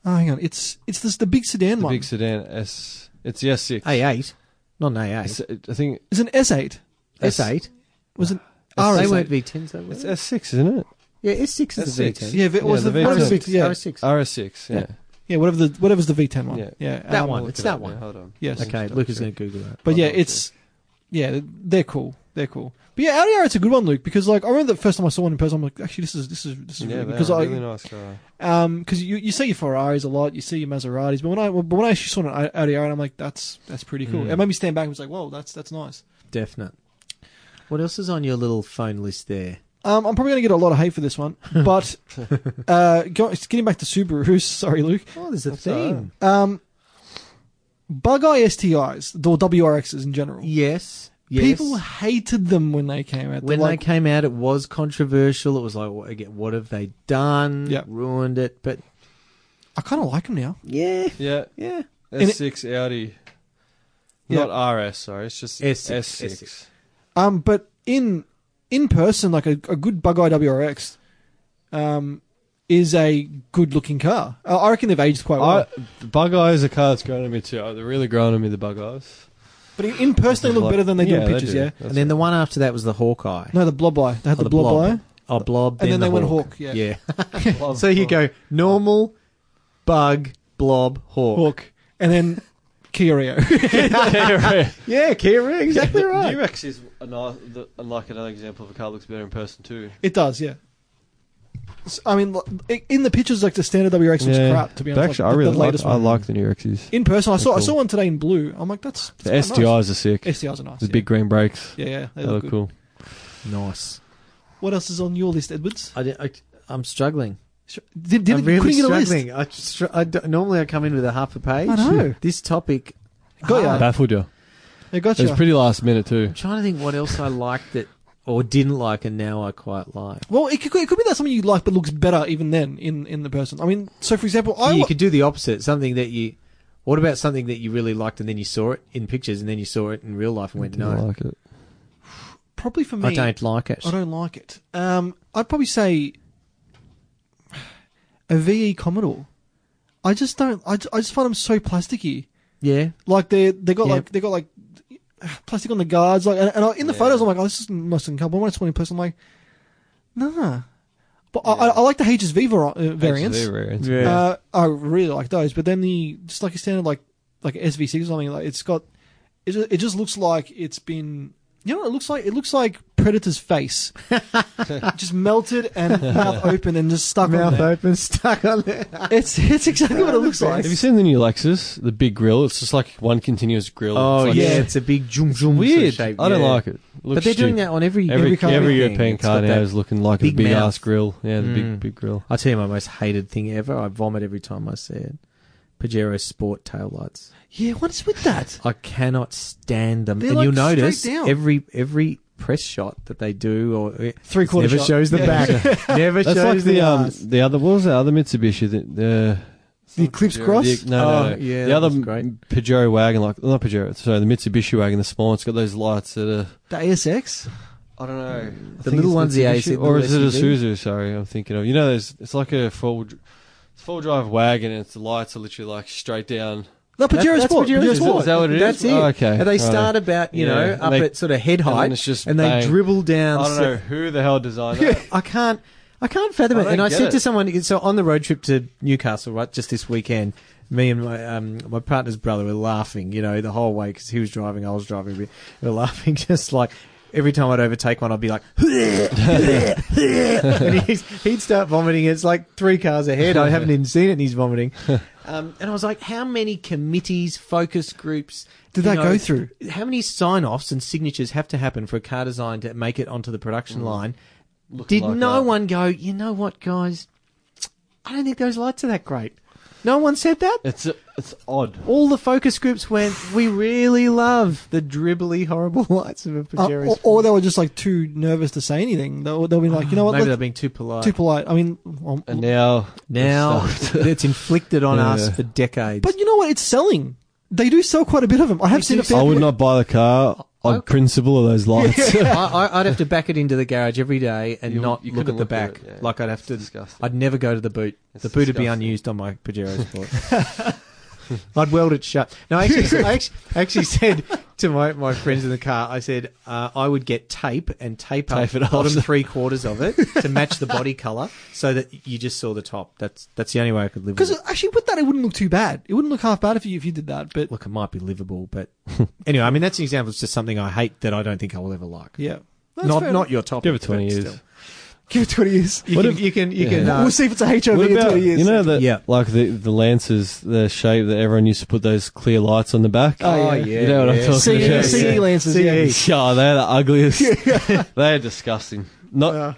A: Oh, hang on. It's it's this the big sedan
B: the
A: one.
B: big sedan S. It's the S six.
C: A eight, not an A eight.
B: It's, I think
A: It's an S8.
C: S eight.
A: Was it
C: They
A: RS8?
C: weren't V tens though. were
B: it's
C: they?
B: S six, isn't it?
C: Yeah, S six is a V
B: S6.
C: ten.
A: Yeah, it was the,
B: Yeah, the
A: whatever
B: V10.
A: the- yeah,
C: R six.
B: RS six. Yeah.
A: Yeah. yeah, whatever the whatever's the V10 one.
B: Yeah.
A: yeah
C: That
A: um,
C: one.
B: Look
C: It's
B: it
C: that
B: up,
C: one.
B: yeah, hold on.
A: Yes.
C: Okay, Luke is going to Google that.
A: But
B: I'd
A: yeah,
B: love to.
A: it's yeah, they're cool. They're cool. But yeah, Audi R8's a good one, Luke, because like I remember the first time I saw one in person, I'm like, actually, this is this is this is
B: Yeah,
A: really
B: they
A: because
B: are a
A: I
B: really nice car.
A: Um 'cause because you you see your Ferraris a lot, you see your Maseratis, but when I but when I actually saw an Au- Audi R8, I'm like, that's that's pretty cool.
C: Mm.
A: It made me stand back and was like, whoa, that's that's nice.
C: Definite. What else is on your little phone list there?
A: Um, I'm probably gonna get a lot of hate for this one, but uh, go, getting back to Subarus, sorry, Luke.
C: Oh, there's a
B: That's
C: theme.
A: Um, bug eye STIs or WRXs in general.
C: Yes. Yes.
A: People hated them when they came out. They're
C: when
A: like,
C: they came out, it was controversial. It was like, what, again, what have they done?
A: Yep.
C: Ruined it. But
A: I kind of like them now.
C: yeah,
B: Yeah,
C: yeah.
A: And it-
B: S six Audi.
A: Yeah.
B: Not RS, sorry. It's just
C: S6,
B: S six.
C: S6.
A: Um, but in in person, like a, a good bug eye WRX, um, is a good looking car. I- I reckon they've aged quite well.
B: I, bug eyes are cars growing on me too. They're really growing on me. The bug eyes.
A: but in, in person, they look
B: Like-
A: better than they do in
B: they
A: pictures.
B: do.
A: Yeah.
B: That's
C: and then the
B: right.
C: one after that was the Hawkeye.
A: No, the blob eye. They had
C: Oh,
A: the,
C: the
A: blob,
C: blob.
A: eye.
C: Oh, Blob.
A: And then, they
C: the
A: went
C: Hawk.
A: hawk. Yeah.
C: Yeah. so you go normal, bug, blob, hawk.
A: Hawk. And then Kia Rio.
C: Yeah, Kia Rio, exactly
B: The
C: right.
B: Rex is a nice, the, like another example of a car that looks better in person too.
A: it does. Yeah. S- I mean, lo- i- in the pictures, like the standard WRX looks crap. To be honest, like, the, the latest one.
B: the New Rexes.
A: In person, I saw I
B: They're
A: saw
B: cool.
A: one today in blue. I'm like, that's,
B: The
A: that's quite nice.
B: STIs are sick.
A: STIs are nice.
B: the
A: yeah.
B: big green brakes.
A: Yeah, yeah, they
B: They
A: look
B: look
A: good.
B: cool.
C: Nice.
A: What else is on your list, Edwards?
C: I, did, I, I'm struggling.
A: Sh- Did, did,
C: I'm really
A: couldn't get a list.
C: struggling. I str- I d- normally I come in with a half a page.
A: I know.
C: This topic.
A: Got ya.
C: hard.
B: Baffled you.
A: I
B: It was
A: gotcha.
B: pretty last minute too.
C: I'm trying to think what else I liked that or didn't like, and now I quite like.
A: well, it could, it could be that something you like but looks better even then in, in the person. I mean, so for example, I
C: you
A: wa-
C: could do the opposite. Something that you. What about something that you really liked and then you saw it in pictures and then you saw it in real life and went, no,
B: like it.
A: probably for me,
C: I don't like it.
A: I don't like it. Um, I'd probably say a VE Commodore. I just don't. I, ju- I just find them so plasticky.
C: Yeah,
A: Like they they got
C: Yeah.
A: like they got like plastic on the guards. Like and, and I, in the
B: Yeah.
A: photos, I'm like, oh, this is most incomparable. When I saw it in person, I'm like, nah. But I I, I like the HSV var- uh, variants.
B: HSV variants.
C: Yeah.
A: Uh, I really like those, but then the just like a standard like like SV6 or something like it's got it just, it just looks like it's been you know what it looks like it looks like Predator's face just melted and mouth open and just stuck on
C: mouth
A: there.
C: open, stuck on there.
A: It's it's exactly what it looks like.
B: Have you seen the new Lexus? The big grill. It's just like one continuous grill.
C: Oh
B: It's like-
C: yeah,
A: yeah.
C: it's a big zoom zoom
B: weird.
C: Sort of shape.
B: I don't
C: yeah.
B: like it. It
C: But
B: looks
C: they're doing
B: stupid.
C: that on every
B: Every,
C: car.
B: every uh,
C: thing.
B: European
C: It's
B: car
C: got
B: now
C: that-
B: is looking like
C: big
B: a big
C: mouth.
B: ass grill. Yeah, the
C: Mm.
B: big big grill.
C: I'll tell you my most hated thing ever. I vomit every time I see it. Pajero Sport taillights.
A: Yeah, what's with that?
C: I cannot stand them.
A: They're
C: and
A: like
C: you'll
A: straight
C: notice
A: down.
C: every every press shot that they do or uh,
A: Three quarter
C: never
A: shot.
C: shows the
A: Yeah.
C: back. never
B: That's
C: shows
B: like the
C: the
B: um
C: arse.
B: the other what was the other Mitsubishi the, the
C: The Eclipse Cross?
B: The, no, no,
C: Oh,
B: no.
C: yeah,
B: the
C: that
B: other
C: was great.
B: Peugeot wagon, like not Peugeot, sorry, the Mitsubishi wagon, the small. It's got those lights that are.
A: The ASX?
B: I don't know.
C: The little one's the AC,
B: or is it a
C: little SUV?
B: Suzu? Sorry, I'm thinking of. You know, there's it's like a four wheel four drive wagon, and it's the lights are literally like straight down.
A: No, Pajero
C: That- that's
A: Sport.
C: Pajero
A: Pajero
B: Is it-
A: Sport.
B: is that what it is?
C: That's it.
B: Oh, okay.
C: And they
B: Right.
C: start about you
B: Yeah.
C: know
B: And
C: up
B: they-
C: at sort of head
B: and then
C: height,
B: it's just
C: and they
B: bang.
C: dribble down.
B: I don't
C: se-
B: know who the hell designed that.
C: I can't. I can't fathom
B: I
C: it.
B: don't
C: And I
B: get
C: said
B: it.
C: to someone, so on the road trip to Newcastle, right, just this weekend, me and my um, my partner's brother were laughing, you know, the whole way because he was driving, I was driving. We were laughing just like every time I'd overtake one, I'd be like, and he's, he'd start vomiting. It's like three cars ahead. I haven't even seen it, and he's vomiting. Um, and I was like, how many committees, focus groups
A: Did
C: you
A: that
C: know,
A: go through?
C: How many sign offs and signatures have to happen for a car design to make it onto the production line?
B: Looking
C: Did
B: like
C: no
B: that.
C: one go, you know what, guys? I don't think those lights are that great. No one said that.
B: It's it's odd.
C: All the focus groups went, we really love the dribbly, horrible lights of a
A: Uh,
C: Pajero.
A: or, or they were just like too nervous to say anything. They'll, they'll be like, you know what?
C: Maybe
A: Let's,
C: they're being too polite.
A: too polite. I mean, well,
B: And now
C: now it's inflicted on
B: Yeah.
C: us for decades.
A: but you know what? It's selling. They do sell quite a bit of them. I have seen a fair
B: I would not buy the car on
C: Okay.
B: principle of those lights.
C: I, I, I'd have to back it into the garage every day and
B: You-
C: not
B: you
C: look
B: couldn't
C: at the
B: look at
C: back.
B: it, yeah.
C: Like I'd have to.
B: disgusting.
C: I'd never go to the boot.
B: It's
C: the boot would be
B: disgusting.
C: unused on my Pajero Sport. I'd weld it shut. No, I actually, I actually, I actually said to my, my friends in the car, I said uh, I would get tape and tape, up
B: Tape it
C: the bottom
B: after.
C: three quarters of it to match the body color, so that you just saw the top. That's that's the only way I could live with
A: Because
C: it.
A: actually, with that, it wouldn't look too bad. It wouldn't look half bad if you if you did that. But
C: Look, it might be livable, but anyway, I mean that's an example. It's just something I hate that I don't think I will ever like.
A: yeah, That's
C: not
A: fair
C: not your topic.
B: Give it
C: but
B: 20 years.
C: still.
A: Give it twenty years.
C: You
B: What
C: can,
B: if-
C: you can, you
B: yeah.
C: can. Uh,
A: we'll see if it's a HOV
B: What
A: in
B: about
A: twenty years.
B: you know the
C: Yeah.
B: like the the Lancers the shape that everyone used to put those clear lights on the back?
A: Oh, yeah.
B: You know what I'm talking
A: CE
B: about.
A: CE
B: Yeah.
A: Lancers.
C: CE.
A: Yeah.
B: Yeah, they're the ugliest. they're disgusting. Not
A: Uh,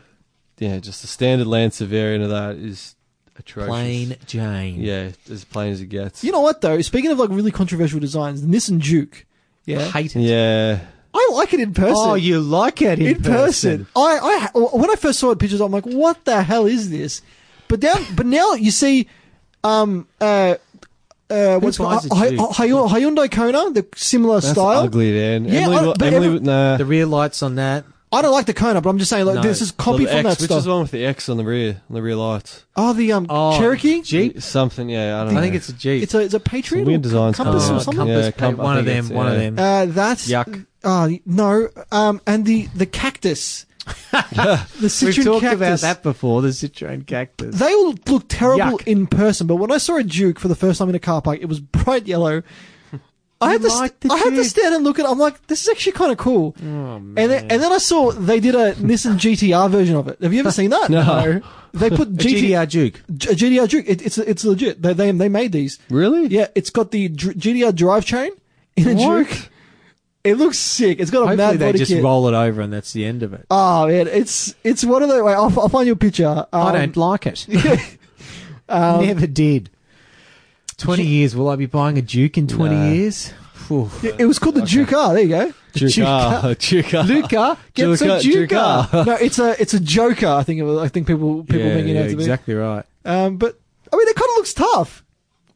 B: yeah, just the standard Lancer variant of that is atrocious.
C: Plain Jane.
B: Yeah, as plain as it gets.
A: you know what though? Speaking of like really controversial designs, the Nissan Duke.
C: I
A: Yeah,
C: hate it.
B: yeah,
A: I like it in person.
C: Oh, you like it in,
A: in person. I, I when I first saw it pictures, I'm like, what the hell is this? But down, but now you see, um, uh, uh, what's it
C: buys
A: called
C: a
A: Hy-
C: Duke?
A: Hy- Hyundai Kona, the similar
B: that's
A: style.
B: ugly, Dan.
A: Yeah, I-
B: Emily,
A: but
B: Emily,
A: every-
B: nah.
C: The rear lights on that.
A: I don't like the Kona, but I'm just saying, like,
C: No.
A: this is copy
B: the
A: from
B: X,
A: that
B: which
A: stuff.
B: is the one with the X on the rear, on the rear lights.
A: oh, the um
C: Oh,
A: Cherokee
C: Jeep.
B: Something, Oh, yeah. I don't
C: I
B: know.
C: think it's a Jeep.
A: It's a it's a Patriot.
B: Some weird
A: or
B: design style.
A: Compass
B: Oh,
A: or something.
B: yeah.
C: Compass,
B: Comp- I
C: one of
B: think
C: them.
B: it's-
C: One of
B: yeah.
C: them.
A: Uh, that's
C: Yuck.
A: Uh, no, um, and the the cactus, the
C: We've
A: Citroen
C: talked
A: cactus.
C: about that before. The Citroen cactus.
A: They all look terrible
C: Yuck.
A: in person, but when I saw a Duke for the first time in a car park, it was bright yellow. I had to,
C: You
A: st-
C: like the
A: I had to
C: Duke. Oh,
A: stand and look at. it. I'm like, this is actually kind of cool. and then, and then I saw they did a Nissan GTR version of it. Have you ever seen that?
B: No.
A: They put GTR
C: GDR Duke.
A: a GTR Duke. It, it's it's legit. They, they they made these.
B: Really?
A: Yeah, it's got the dr- GTR drivetrain in a
B: What?
A: Duke. It looks sick. It's got a
C: Hopefully
A: mad
C: they
A: body
C: just
A: kit.
C: roll it over and that's the end of it.
A: Oh man, it's it's one of the. Wait, I'll, I'll find you a picture.
C: I
A: Um,
C: don't like it. Never did. Twenty years. Will I be buying a Duke in twenty
B: No.
C: years? Phew.
A: yeah, It was called the Duke R. There you go.
B: Juka. Juka.
C: Luca, get some
B: Juka,
C: Juka.
B: Juka.
A: no, it's a it's a Joker. I think it was, I think people people
C: yeah,
A: making it
C: yeah,
A: out to
C: exactly right.
A: be. Um, but I mean, it kind of looks tough.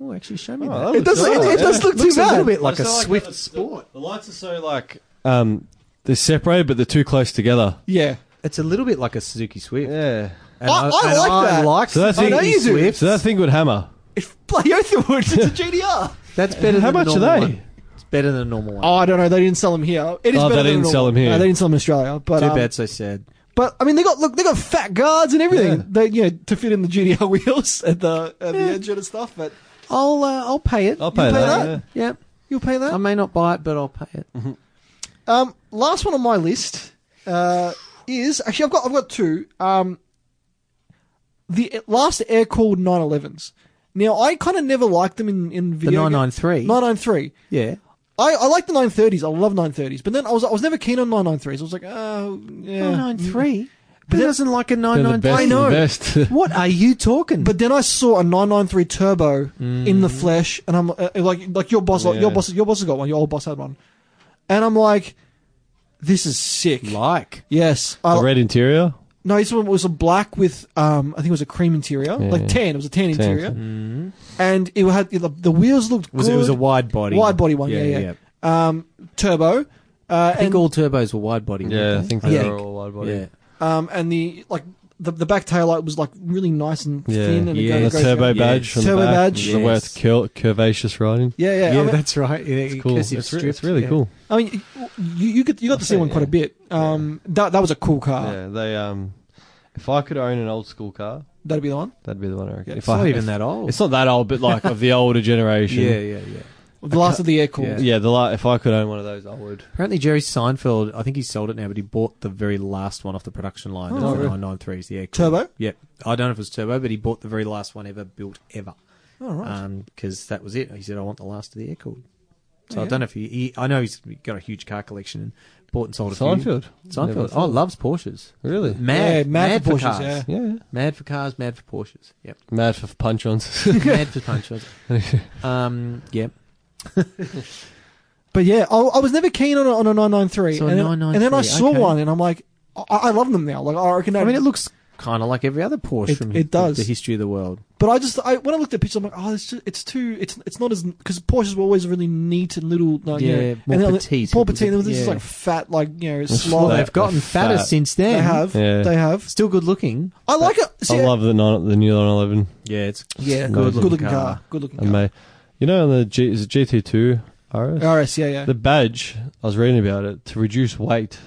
C: Oh, actually, show me
B: Oh,
C: that.
B: that
A: It
B: looks
A: does. It,
B: alright,
A: it does
B: yeah.
A: look too
C: Looks a
A: bad.
C: little bit like
B: I
C: a
B: just like
C: Swift
B: that the-
C: Sport.
B: The lights are so like um, they're separated, but they're too close together.
A: Yeah.
C: It's a little bit like a Suzuki Swift.
B: Yeah.
C: And
A: Oh, I- I
C: and
A: like
C: I
A: that.
C: like
B: So that's
A: I
C: Suzuki
A: know you do.
C: Swifts.
B: So that thing would hammer.
A: It's bloody oath it would. It's a GDR.
C: That's better.
B: How
C: than the
B: much are
C: normal
B: they?
C: one. It's better than a normal one.
A: Oh, I don't know. They didn't sell them here. It is
B: Oh,
A: better
B: they
A: than
B: didn't
A: a
B: sell
A: normal-
B: 'em here.
A: No, they didn't sell them in Australia. But
C: Too
A: um,
C: bad, so sad.
A: But I mean, they got look, they got fat guards and everything.
B: Yeah.
A: They you know to fit in the GDR wheels at the at the engine and stuff. But
C: I'll uh, I'll pay it.
B: I'll pay,
A: pay
B: that.
A: that?
C: Yeah, Um,
A: you'll pay
C: I
A: that.
C: may not buy it, but I'll pay it.
A: Um, last one on my list uh, is actually I've got I've got two. Um, the last air cooled 911s. Now I kind of never liked them in in
C: The
A: video.
C: nine nine three.
A: 993.
C: Yeah.
A: I, I like the 930s. I love 930s. But then I was I was never keen on 993s. I was like, oh yeah.
C: Nine nine three. But
A: But
C: it
A: that-
C: doesn't like a
B: They're
C: nine
B: the
C: nine
B: best.
A: I
C: three.
A: know.
B: of the best.
C: What are you talking?
A: But then I saw a 993 turbo in
C: Mm.
A: the flesh, and I'm uh, like, like your boss, like, your
B: Yeah.
A: boss, your boss has got one. Your old boss had one, and I'm like, this is sick.
C: like
A: yes,
B: the
A: I,
B: red interior.
A: No, this one was a black with um, I think it was a cream interior,
B: Yeah.
A: like tan. It was a tan,
B: Tan,
A: interior,
B: tan.
C: Mm.
A: and it had the, the wheels looked
C: Was
A: good.
C: it was a wide body?
A: Wide body one, yeah, yeah. um, turbo, uh,
C: I think
A: and
C: all turbos were wide body. weren't
B: Yeah, I
C: they?
B: think
A: I
B: they
A: think-
B: were all wide body.
C: Yeah.
A: um, and the like the, the back tail light was like really nice and
B: Yeah,
A: thin and it
C: yeah.
A: go-
B: And the
A: goes
B: turbo
A: down.
C: yeah.
B: badge from
A: Turbo
B: the back,
A: badge.
B: the way
C: Yes.
B: it's cur- curvaceous riding.
A: Yeah, yeah.
C: Yeah,
A: I, mean,
C: that's right. Yeah,
B: It's cool. It's,
C: cursive
B: re- it's
C: strips,
B: really
C: yeah.
B: cool.
A: I mean, you you, could, you got to see
B: Yeah,
A: one quite a
B: yeah.
A: bit. Um, that that was a cool car.
B: Yeah, they um, if I could own an old school car,
A: That'd be the one.
B: that'd be the one I reckon.
A: Yeah,
B: if
C: It's
B: I
C: not
B: had-
C: even that old.
B: It's not that old, but like of the older generation.
C: Yeah, yeah, yeah.
A: The last of the air cooled.
C: yeah.
B: yeah. The like, if I could own one of those, I would.
C: Apparently, Jerry Seinfeld, I think he sold it now, but he bought the very last one off the production line.
A: Oh,
C: Oh, the
A: really?
C: 993s, the air cool.
A: Turbo.
C: Yep. I don't know if it was turbo, but he bought the very last one ever built ever.
A: All right.
C: Uh, Because that was it. He said, I want the last of the air cooled. So I
A: Yeah.
C: don't know if he, he. I know he's got a huge car collection and bought and sold a few.
B: Seinfeld. Never
C: Seinfeld.
B: thought
C: Oh,
B: of it.
C: loves Porsches.
B: really?
A: Yeah,
C: Mad. mad, for
A: Porsches,
C: cars.
A: yeah.
B: Yeah. yeah.
C: Mad for cars, mad for Porsches. Yep.
B: Mad for punch-ons.
C: mad for punches. Um, yep.
A: But yeah, I, I was never keen on a, on a 993.
C: So a
A: and, then,
C: 993,
A: and then I saw
C: okay.
A: one and I'm like, I, I love them now. Like, I reckon
C: I
A: that-
C: mean, it looks kind of like every other Porsche
A: It-
C: from
A: it does.
C: the history of the world.
A: But I just, I, when I looked at pictures, I'm like, oh, it's, just, it's too, it's it's not as, because Porsches were always really neat and little, like, you
C: Yeah,
A: know,
C: more
A: and then-
C: petite.
A: More petite. And this is
C: Yeah.
A: like fat, like, you know,
C: Well,
A: slow.
B: flat.
C: they've gotten fatter
B: fat.
C: since then.
A: They have.
B: Yeah.
A: They have.
C: Still good looking.
A: I like it. See,
B: I love the non, the new 911.
C: Yeah, it's
A: yeah,
B: Good
A: good
B: looking
A: looking car. Good looking
B: And
A: car.
B: my, you know, on the G, is it GT2 RS?
A: RS, yeah, yeah.
B: The badge, I was reading about it, to reduce weight.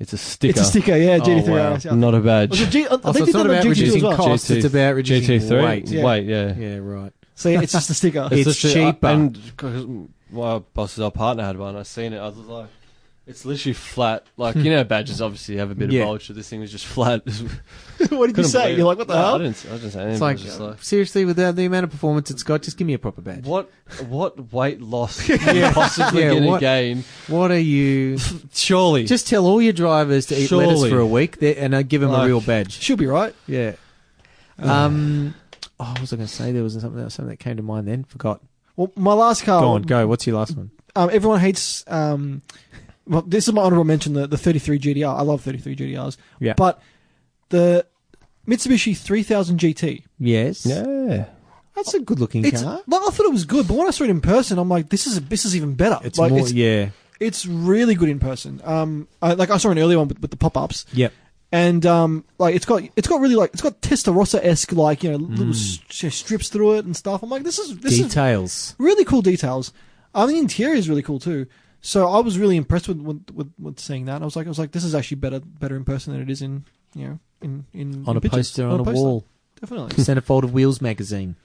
B: It's a sticker.
A: It's a sticker, yeah,
B: Oh,
A: GT3
B: wow.
A: RS. Yeah.
B: Not a
A: Was it
B: badge.
A: G- I
C: Oh, so
A: think
C: it's
A: they did it
C: not about
A: on GT2 as
C: reducing
A: well.
B: cost.
C: costs. It's about reducing
B: GT3?
C: weight.
A: Yeah.
B: Weight, yeah.
C: Yeah, right.
A: So yeah, it's just a sticker.
C: It's
B: literally-
C: cheaper.
B: I, and 'cause my boss's our partner had one. I seen it. I was like, it's literally flat. Like you know, badges obviously have a bit
C: Yeah.
B: of bulge. So this thing was just flat.
A: what did you
B: Couldn't
A: say?
B: believe
A: You're
B: it.
A: like, what the
B: No, I
A: hell? uh,
B: didn't. I didn't say anything.
C: It's
B: I
C: like,
B: was just like
C: seriously, with the, the amount of performance it's got, just give me a proper badge.
B: what what weight loss can you possibly
C: Yeah,
B: get
C: what-
B: again?
C: What are you?
B: Surely,
C: just tell all your drivers to eat lettuce
B: Surely.
C: for a week, there- and I give them a
B: Like-
C: real badge.
A: She'll be right.
C: Yeah. Um. Oh, what was I going to say? There was something else, something that came to mind then. Forgot.
A: Well, my last car.
C: Go on, go. What's your last one?
A: Um, everyone hates. Um, well, this is my honorable mention. The, the 33 GDR. I love 33 GDRs.
C: Yeah.
A: But the Mitsubishi 3000 GT.
C: Yes.
B: yeah.
C: That's a good looking
A: It's.
C: car.
A: Well, I thought it was good, but when I saw it in person, I'm like, this is this is even better.
C: It's
A: like
C: more.
A: it's
C: yeah.
A: it's really good in person. Um, I, like I saw an earlier one with, with the pop ups.
C: Yep.
A: and um, like it's got it's got really like it's got Testarossa esque like you know little
C: Mm.
A: s- strips through it and stuff. I'm like, this is this is
C: Details.
A: really cool details. Um, the interior is really cool too. So I was really impressed with with, with, with seeing that. I was like, I was like, this is actually better better in person than it is in you know in in
C: on
A: in
C: a
A: pictures.
C: poster on, a, wall.
A: Definitely.
C: Centerfold of Wheels magazine.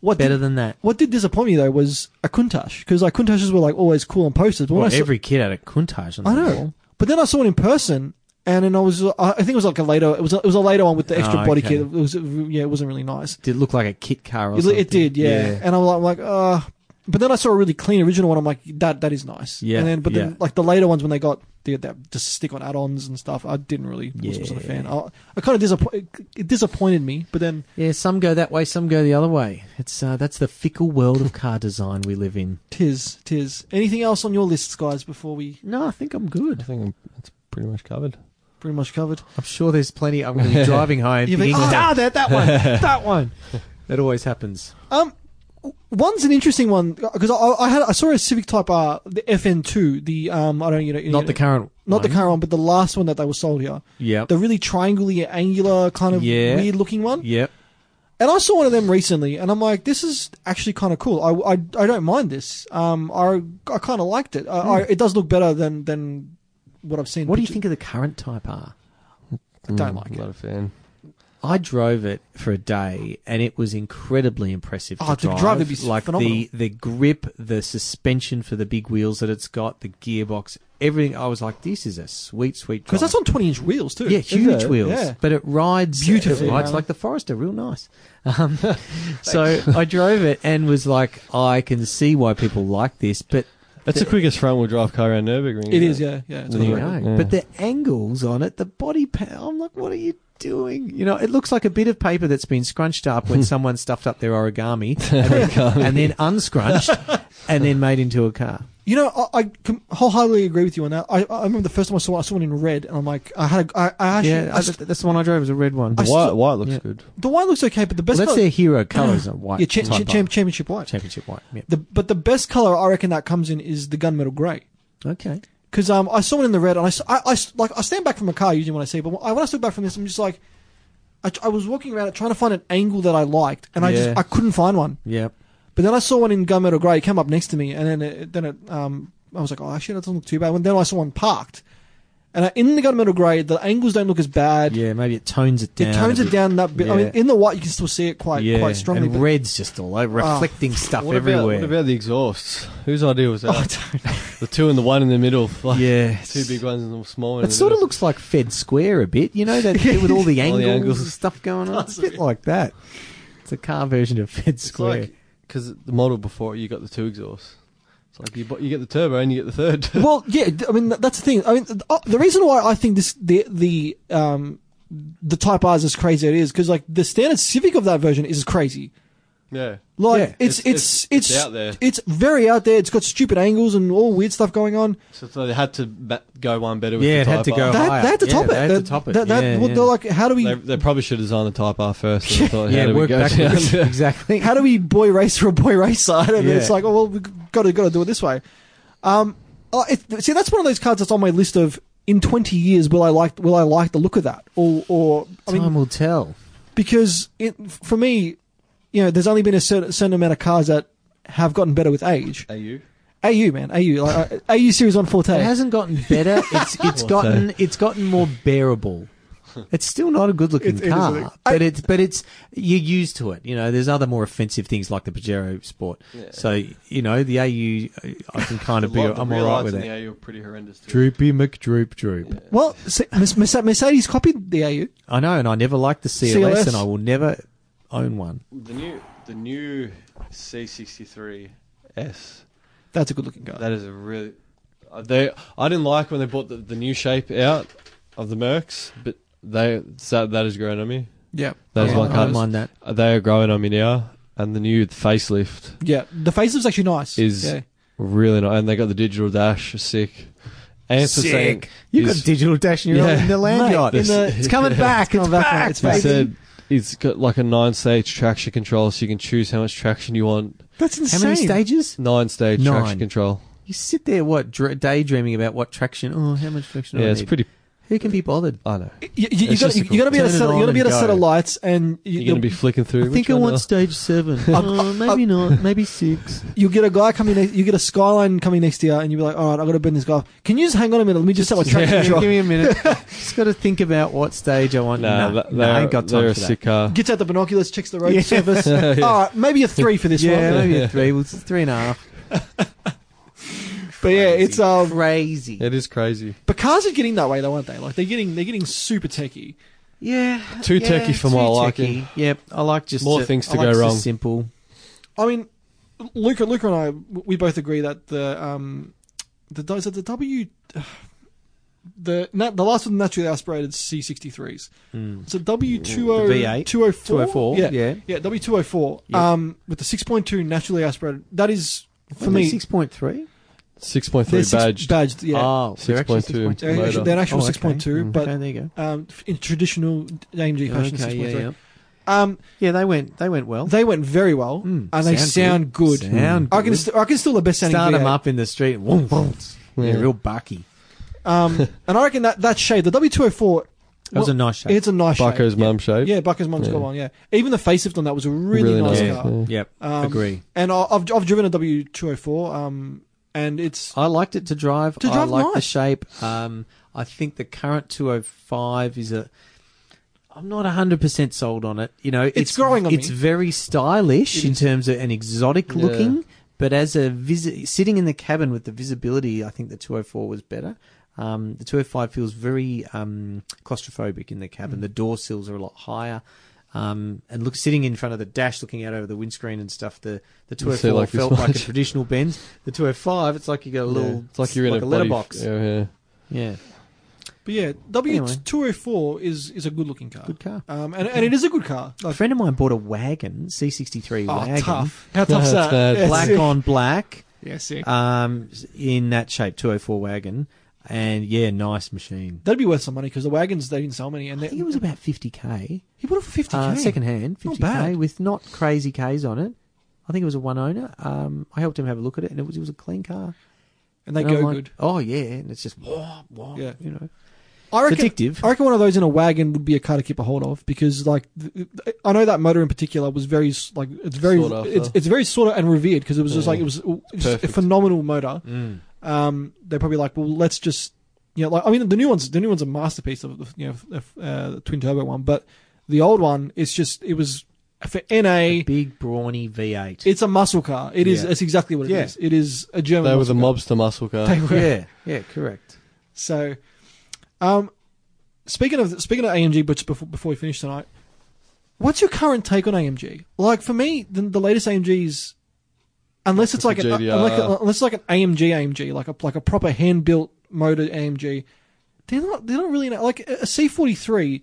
A: what
C: Better
A: did,
C: than that.
A: what did disappoint me though was a Countach because like Countaches were like always cool on posters, but when
C: Well,
A: I saw-
C: every kid had a Countach on
A: I
C: the
A: know.
C: wall.
A: But then I saw it in person, and then I was uh, I think it was like a later it was a, it was a later one with the extra
C: Oh,
A: body
C: okay.
A: kit. It was yeah, it wasn't really nice.
C: Did it look like a kit car or
A: It,
C: something?
A: it did, yeah. And I was like, I'm like, uh but then I saw a really clean original one. I'm like, that that is nice.
C: Yeah,
A: And then, but
C: yeah.
A: then like the later ones when they got the that just stick on add-ons and stuff, I didn't really was, wasn't a
C: Yeah.
A: fan. I, I kind of disappointed. It disappointed me. But then,
C: Yeah, some go that way, some go the other way. It's uh, That's the fickle world of car design we live in.
A: tis tis. Anything else on your lists, guys? Before we
C: No, I think I'm
B: I
C: good.
B: think I'm, that's pretty much covered.
A: pretty much covered.
C: I'm sure there's plenty. I'm going to be driving home.
A: You
C: thinking,
A: think,
C: ah,
A: "Ah,
C: that, that one, that one. That always happens.
A: Um, one's an interesting one because I, I had I saw a Civic Type R, the FN2, the um I don't you know you know,
C: Not the current
A: not the
C: current.
A: current one, but the last one that they were sold here,
C: Yep.
A: the really triangular, angular kind of
C: Yeah.
A: weird looking one.
C: yep.
A: And I saw one of them recently, and I'm like, this is actually kind of cool. I, I, I don't mind this. Um, I I kind of liked it. I, I, it does look better than than what I've seen.
C: Hmm. What do you think of the current Type R?
A: I don't like it.
B: Mm, Not a fan.
C: I drove it for a day, and it was incredibly impressive.
A: Oh,
C: to
A: to
C: drive,
A: drive it'd be
C: like
A: phenomenal.
C: the the grip, the suspension for the big wheels that it's got, the gearbox, everything. I was like, this is a sweet, sweet.
A: Because that's
C: drive.
A: on 20 inch wheels too.
C: yeah,
A: isn't
C: huge
A: it?
C: wheels,
A: Yeah.
C: but it rides
A: Beautifully,
C: It rides
A: man.
C: like the Forester, real nice. Um, so I drove it and was like, I can see why people like this, but
B: That's the, quickest front wheel drive car around Nurburgring.
A: It
B: isn't
A: is. Yeah, yeah. It's
B: Yeah.
A: all
C: you
A: right.
C: know,
B: Yeah.
C: but the angles on it, the body pan. I'm like, what are you doing? You know, it looks like a bit of paper that's been scrunched up when someone stuffed up their origami and then, and then unscrunched and then made into a car.
A: You know, I, I com- wholeheartedly agree with you on that. I, I remember the first time I saw one, I saw one in red, and I'm like, I had, a, I, I actually,
C: yeah,
A: I
C: I-
A: st-
C: that's the one I drove. Was a red one.
A: I
B: White,
A: s- still-
B: white looks
C: Yeah.
B: good.
A: the white looks okay, but the best
C: well, that's
A: color,
C: their hero colors. are white.
A: yeah, cha-
C: type
A: cha-
C: R.
A: champ- championship white.
C: championship white. Yeah.
A: The, but the best color I reckon that comes in is the gunmetal grey.
C: Okay.
A: Because um, I saw one in the red, and I, s- I- I s- like I stand back from a car usually when I see, it, but when I, when I stood back from this, I'm just like, I, I was walking around it trying to find an angle that I liked, and I
C: Yeah.
A: just I couldn't find one.
C: Yep.
A: But then I saw one in gunmetal grey. It came up next to me, and then it, then it, um, I was like, oh, actually, that doesn't look too bad. And then I saw one parked, and I, in the gunmetal grey, the angles don't look as bad.
C: Yeah, maybe it tones it down.
A: it tones
C: a
A: it
C: bit.
A: down that bit. I
C: Yeah.
A: mean, in the white, you can still see it quite
C: yeah,
A: quite strongly.
C: and
A: but-
C: red's just all over,
A: Ah.
C: reflecting stuff
B: What about,
C: everywhere.
B: what about the exhausts? Whose idea was
A: Oh, I
B: that?
A: don't know.
B: the two and the one in the middle. Like,
C: yeah,
B: Two big ones and a small one. in
C: It
B: the
C: sort of
B: middle.
C: looks like Fed Square a bit, you know, that bit with all the
B: All
C: angles,
B: the angles.
C: and stuff going on. It's a
B: Does a
C: bit
B: bit.
C: like that. It's a car version of Fed
B: It's
C: Square.
B: like because the model before you got the two exhausts. It's like you bu- you get the turbo and you get the third.
A: well, yeah, th- I mean th- that's the thing. I mean, th- uh, the reason why I think this the the um the Type R is as crazy as it is because like the standard Civic of that version is crazy.
B: yeah.
A: Like
C: Yeah.
A: it's,
B: It's-
A: it's,
B: it's- it's out there.
A: It's very out there. It's got stupid angles and all weird stuff going on.
B: So, so they had to ba- go one better. With
C: Yeah,
B: the
C: it had
B: type
C: to
B: R.
C: go-
A: They had,
C: higher.
A: they had to
C: Yeah,
A: top it.
C: they had to top it.
A: That, that,
C: Yeah,
A: well,
C: yeah.
A: They're like, how do we
B: They, they probably should have designed the Type R first. And thought, how do we
C: work
B: go
C: backwards.
B: down?
C: exactly.
A: how do we boy racer a boy racer? I don't know. It's
C: Yeah.
A: like, oh well, we got to got to do it this way. Um, uh, it, see, that's one of those cards that's on my list of in twenty years will I like will I like the look of that or or I
C: Time
A: mean
C: will tell.
A: because it, for me, you know, there's only been a certain, certain amount of cars that have gotten better with age.
B: Are you?
A: AU man, AU like uh, AU series one
C: It
A: forte.
C: hasn't gotten better. It's it's gotten it's gotten more bearable. It's still not a good looking
A: It- it is a
C: car,
A: look-
C: but it's but it's you're used to it. You know, there's other more offensive things like the Pajero Sport. So you know the AU, I can kind of be
B: lot-
C: I'm
B: real
C: all right
B: lights
C: with
B: in The
C: it.
B: AU are pretty horrendous. Too.
C: Droopy McDroop Droop.
A: Well, se- Merce- Merce- Mercedes copied the AU.
C: I know, and I never liked the CLS,
A: CLS.
C: and I will never own one.
B: The new the new C63 S.
A: That's a good looking car.
B: That is a really. uh, They I didn't like when they brought the, the new shape out of the Mercs, but they so that is growing on me.
A: Yeah,
B: That is
C: I
B: one
C: don't
B: colours.
C: mind that.
B: Uh, They are growing on me now, and the new facelift
A: Yeah, the facelift's actually nice.
B: Is-
A: yeah.
B: really nice, and they got the digital dash sick. And saying
C: You got
B: is-
C: digital dash in your
B: Yeah.
C: in the land
A: Mate,
C: yacht.
A: in the-
C: it's coming back. It's,
A: coming back, mate.
C: back.
A: It's
B: He
A: baby.
B: said it's got like a nine stage traction control, so you can choose how much traction you want.
A: That's
C: How
A: insane.
C: many stages?
B: Nine stage
C: Nine.
B: traction control.
C: You sit there, what dr- daydreaming about what traction? Oh, how much traction? do
B: yeah,
C: I
B: it's
C: need?
B: pretty.
C: Who can be bothered?
B: I know.
A: You, you, you
B: It's
A: got
B: just a
A: you, you got to be
C: cool-
A: at a
C: Turn it
A: set. You got to
C: on
A: be at a
C: and
A: set
C: go.
A: of lights, and you,
B: You're going to be
A: you'll,
B: flicking through.
C: I think
B: Which
C: I
B: one
C: want
B: now?
C: stage seven. oh, maybe not. Maybe six.
A: you'll get a guy coming. Next, you get a skyline coming next to you, and you'll be like, "All right, I've got to bend this guy. off. Can you just hang on a minute? Let me just set my traction
B: Yeah.
A: control."
C: Give me a minute. Just got to think about what stage I want.
B: Nah,
C: No,
B: that-
C: no, I ain't
B: they're-
C: got
B: they're
C: time
B: a
C: for that.
B: sick car.
A: Gets out the binoculars, checks the road
C: Yeah.
A: surface.
B: Yeah.
A: All right, maybe a three for this
C: Yeah,
A: one.
C: maybe a
B: Yeah.
C: three. Well, it's three and a half.
A: But yeah, it's um.
C: Crazy.
B: It is crazy.
A: But cars are getting that way, though, aren't they? Like they're getting they're getting super techie.
C: Yeah,
B: Too
C: yeah,
B: techy for my
C: too
B: liking.
C: techy. Yep, I like just
B: More
C: a-
B: things
C: I
B: to
C: like
B: go
C: just a
B: wrong.
C: Simple.
A: I mean, Luca, Luca, and I, we both agree that the um, the is it the W, the na- the last of the naturally aspirated C63s.
C: Hmm.
A: It's a W204.
C: V8, 204,
A: Yeah,
C: yeah.
A: yeah, W204.
C: Yep.
A: Um, with the 6.2 naturally aspirated. That is for
C: Wasn't
A: me.
C: it 6.3
B: Six point
A: they're
B: three
A: six-
B: badged.
A: badged, yeah.
C: Oh, they're actually
B: 6.2
A: they're,
B: motor.
A: actually, they're an actual
C: Oh, okay.
A: 6.2,
B: Mm.
A: but
C: okay, there you go.
A: um, in traditional AMG fashion,
C: Okay,
A: 6.3.
C: yeah, yeah.
A: Um,
C: yeah, they went. They went well.
A: they went very well,
C: Mm,
A: and they sound good. Hmm.
C: Sound
A: I can
C: good.
A: st- I can still the best sounding
C: start them
A: V8.
C: up in the street. Whoom, whoom.
B: Yeah.
C: They're real bucky.
A: Um, and I reckon that that shade, the W204,
C: That was
A: Well,
C: a nice shot.
A: it's a nice
B: Bucko's
A: shade.
B: mum shape.
A: Yeah, Bucko's mum's got
B: Yeah.
A: one. Yeah, even the facelift on that was a really, nice
C: nice,
A: car.
B: yeah.
C: Yep,
A: Um,
C: agree.
A: And I- I've I've driven a W204, um, and it's
C: I liked it to drive.
A: To
C: I
A: drive,
C: liked the
A: nice.
C: shape. Um, I think the current 205 is a. I'm not 100% sold on it. You know, it's,
A: growing on
C: It's
A: me.
C: very stylish
A: It
C: in
A: is.
C: terms of an exotic
B: Yeah.
C: looking, but as a visit, sitting in the cabin with the visibility, I think the 204 was better. Um, the 205 feels very um, claustrophobic in the
A: Mm.
C: cabin. The door sills are a lot higher. Um, and look, sitting in front of the dash, looking out over the windscreen and stuff, the, the
B: You see
C: 204
B: like this
C: felt like a
B: much.
C: traditional Benz. The 205, it's like you got a little,
B: Yeah. It's like you're in
C: like
B: a,
C: a,
B: bloody-
C: letterbox.
B: Yeah, yeah.
C: Yeah.
A: but yeah, W204 is is a good looking car.
C: good car.
A: Um, and, and it is a good car.
C: A
A: Like,
C: friend of mine bought a wagon, C63
A: oh,
C: wagon,
A: tough. How tough's that?
B: That's bad.
A: Yes.
C: black on black.
A: Yeah, sick.
C: um, in that shape, 204 wagon. And yeah, nice machine.
A: That'd be worth some money because the wagons they didn't sell many, and
C: I
A: they,
C: think it was about 50k.
A: he bought it for fifty k.
C: Uh, second hand,
A: Not
C: 50k,
A: bad.
C: with not crazy Ks on it. I think it was a one owner. Um, I helped him have a look at it, and it was it was a clean car.
A: and they
C: And I'm
A: go
C: like,
A: good.
C: Oh yeah, and it's just womp, womp,
A: Yeah.
C: you know.
A: I
C: It's
A: reckon.
C: addictive.
A: I reckon one of those in a wagon would be a car to keep a hold of because, like, th- th- I know that motor in particular was very s- like it's very
B: Sought after.
A: it's, it's very sought out and revered because it was just
B: Yeah.
A: like it was just a
B: Perfect.
A: phenomenal motor.
C: Mm.
A: Um, they're probably like, well, let's just you know, like I mean, the new ones the new one's a masterpiece of the you know of, uh, the twin turbo one, but the old one it's just it was for NA.
C: Big brawny V8.
A: It's a muscle car. It is.
C: Yeah.
A: It's exactly what it is.
C: Yeah.
A: It is a German.
B: They were the
A: muscle
B: mobster muscle
A: car.
B: car.
A: They were.
C: yeah, yeah, correct.
A: So, um, speaking of speaking of AMG, but just before before we finish tonight, what's your current take on AMG? Like for me, the, the latest AMGs, unless it's like
B: Like
A: an,
B: the GDR.
A: unless, unless it's like an AMG AMG, like a like a proper hand built motor AMG, they're not they're not really like a C forty three.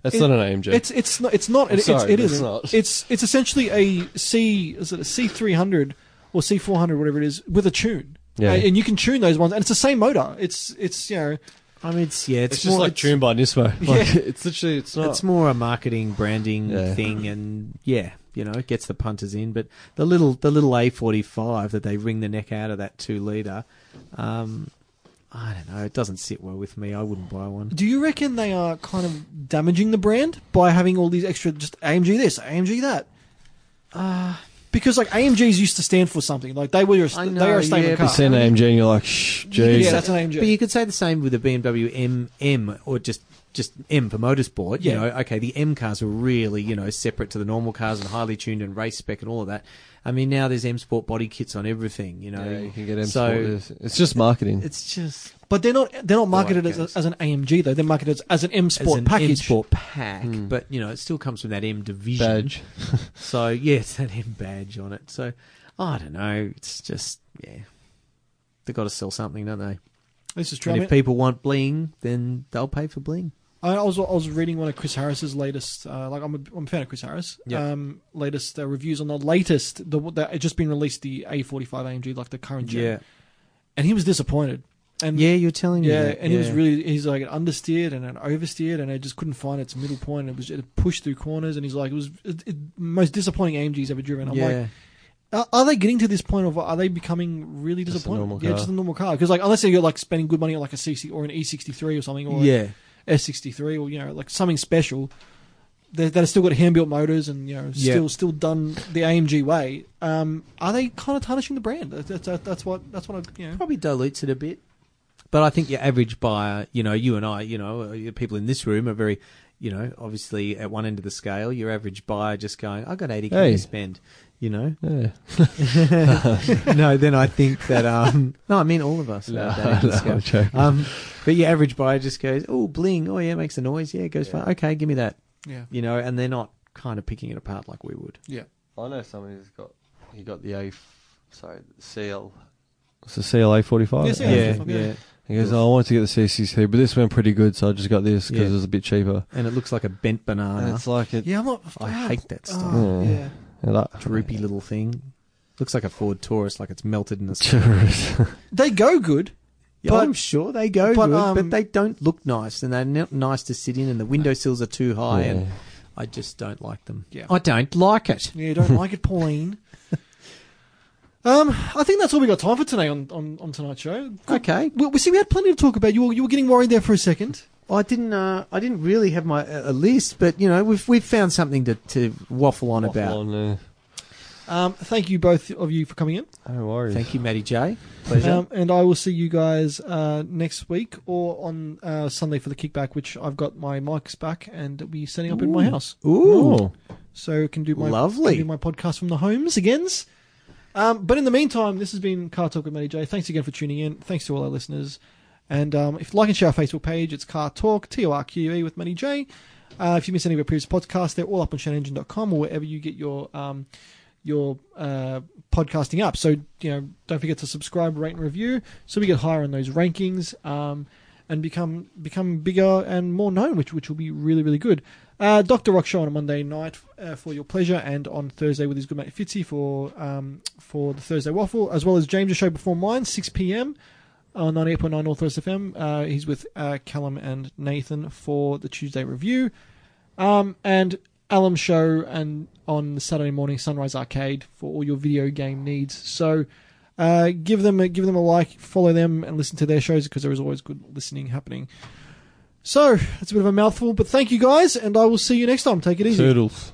B: That's
A: It-
B: not an AMG.
A: It's it's not it's not
B: I'm
A: it,
B: sorry,
A: it's, it
B: but it's
A: isn't.
B: not.
A: It's it's essentially a C is it a C three hundred or C four hundred whatever it is with a tune.
B: Yeah.
A: Uh, and you can tune those ones, and it's the same motor. It's it's you know
C: I mean, it's yeah, it's,
B: It's, just
C: more-
B: like
C: it's-
B: tuned by Nismo. Like,
A: Yeah.
B: It's literally, it's not.
C: It's more a marketing branding
B: Yeah.
C: thing, and yeah, you know, it gets the punters in. But the little the little A forty five that they wring the neck out of that two liter, um, I don't know. It doesn't sit well with me. I wouldn't buy one.
A: Do you reckon they are kind of damaging the brand by having all these extra just AMG this, AMG that? Uh, because like AMGs used to stand for something. Like they were a,
C: I
A: they
C: know,
A: are a statement
C: yeah,
B: you
A: car.
B: see an AMG and you're like, shh, geez.
A: Yeah, that's an AMG.
C: But you could say the same with the BMW M M or just just M for motorsport.
A: Yeah.
C: You know, okay, the M cars were really you know separate to the normal cars and highly tuned and race spec and all of that. I mean, now there's M Sport body kits on everything. You know,
B: Yeah, you can get M
C: So-
B: Sport. It's- It's just marketing.
C: it's just
A: But they're not they're not marketed
C: Like
A: as,
C: those.
A: as an AMG though. They're marketed as, as an M Sport
C: Oh, as an
A: package.
C: M Sport pack,
B: Hmm.
C: but you know, it still comes from that M division.
B: badge.
C: So yeah, it's that M badge on it. So I don't know. It's just yeah, they got to sell something, don't they?
A: This is true. I,
C: and
A: mean,
C: if people want bling, then they'll pay for bling.
A: I, I was I was reading one of Chris Harris's latest. Uh, like I'm a, I'm a fan of Chris Harris.
C: Yeah.
A: Um, latest uh, reviews on the latest the that it's just been released the A45 AMG like the current gen. And he was disappointed. And
C: yeah, you're telling me.
A: Yeah,
C: that,
A: and he was
C: yeah.
A: really he's like it understeered and it oversteered and it just couldn't find its middle point. It was it pushed through corners and he's like it was it, it, most disappointing AMG he's ever driven. I'm like, are, are they getting to this point of are they becoming really
B: Just a
A: disappointed?
B: normal
A: yeah,
B: car.
A: just a normal car because like unless you're like spending good money on like a CC or an E63 or something or
C: yeah.
A: S63 or you know like something special that that has still got hand built motors and you know
C: Yeah.
A: still still done the AMG way. Um, are they kind of tarnishing the brand? That's that's, that's what that's what I you know.
C: Probably dilutes it a bit. But I think your average buyer, you know, you and I, you know, uh, you people in this room are very, you know, obviously at one end of the scale, your average buyer just going, I got 80k
B: Hey.
C: to spend, you know?
B: Yeah.
C: no, then I think that, um, no, I mean all of us.
B: No,
C: at that end of the
B: no,
C: scale.
B: I'm joking.
C: um, but your average buyer just goes, oh, bling, oh, yeah, makes a noise, yeah, goes far, okay, give me that,
A: Yeah,
C: you know, and they're not kind of picking it apart like we would.
A: yeah.
B: I know someone who's got he got the A, f- sorry, the CL. It's the CLA forty five.
A: Yes, Yeah,
C: yeah,
A: yeah.
C: yeah.
B: He goes, oh, I wanted to get the CCC, but this went pretty good, so I just got this because
C: Yeah.
B: it was a bit cheaper.
C: And it looks like a bent
B: And
C: banana,
B: it's like it,
A: Yeah, I'm not.
C: I
A: ah,
C: hate that stuff.
A: ah,
B: Yeah.
A: yeah.
B: and that-
C: droopy little thing. Looks like a Ford Taurus, like it's melted in the sun.
B: Tourist.
A: They go good.
C: Yeah,
A: But-
C: I'm sure they go
A: but,
C: good,
A: um,
C: but they don't look nice, and they're not nice to sit in, and the windowsills are too high, and
B: Yeah.
C: I just don't like them.
A: Yeah.
C: I don't like it.
A: Yeah, don't like it, Pauline. Um, I think that's all we got time for today on, on, on tonight's show. Good.
C: Okay,
A: We, we see we had plenty to talk about. You were, you were getting worried there for a second.
C: I didn't. Uh, I didn't really have my uh, a list, but you know, we've we've found something to, to waffle on about.
B: On, uh,
A: Um, thank you both of you for coming in.
B: no worries.
C: Thank you, Matty J. Pleasure.
A: Um, and I will see you guys uh, next week or on uh, Sunday for the kickback, which I've got my mics back and it'll be setting up in my
C: Ooh.
A: house,
C: Ooh,
B: Oh,
A: so I can do my
C: Lovely.
A: can do my podcast from the homes agains. Um, but in the meantime, this has been Car Talk with Matty J. Thanks again for tuning in. Thanks to all our listeners. And um, if you like and share our Facebook page, it's Car Talk, T O R Q E with Matty J. Uh, if you miss any of our previous podcasts, they're all up on shanengine.com or wherever you get your um, your uh, podcasting app. So, you know, don't forget to subscribe, rate, and review so we get higher on those rankings. Um, and become become bigger and more known, which which will be really really good. Uh, Doctor Rock show on a Monday night uh, for your pleasure, and on Thursday with his good mate Fitzy for um, for the Thursday waffle, as well as James' show before mine, six p.m. on Uh, ninety eight point nine Northwest FM. Uh, he's with uh, Callum and Nathan for the Tuesday review, um, and Alum show and on Saturday morning Sunrise Arcade for all your video game needs. So. Uh, give them a, give them a like, follow them, and listen to their shows because there is always good listening happening. So it's a bit of a mouthful, but thank you guys, and I will see you next time. Take it easy.
B: Toodles.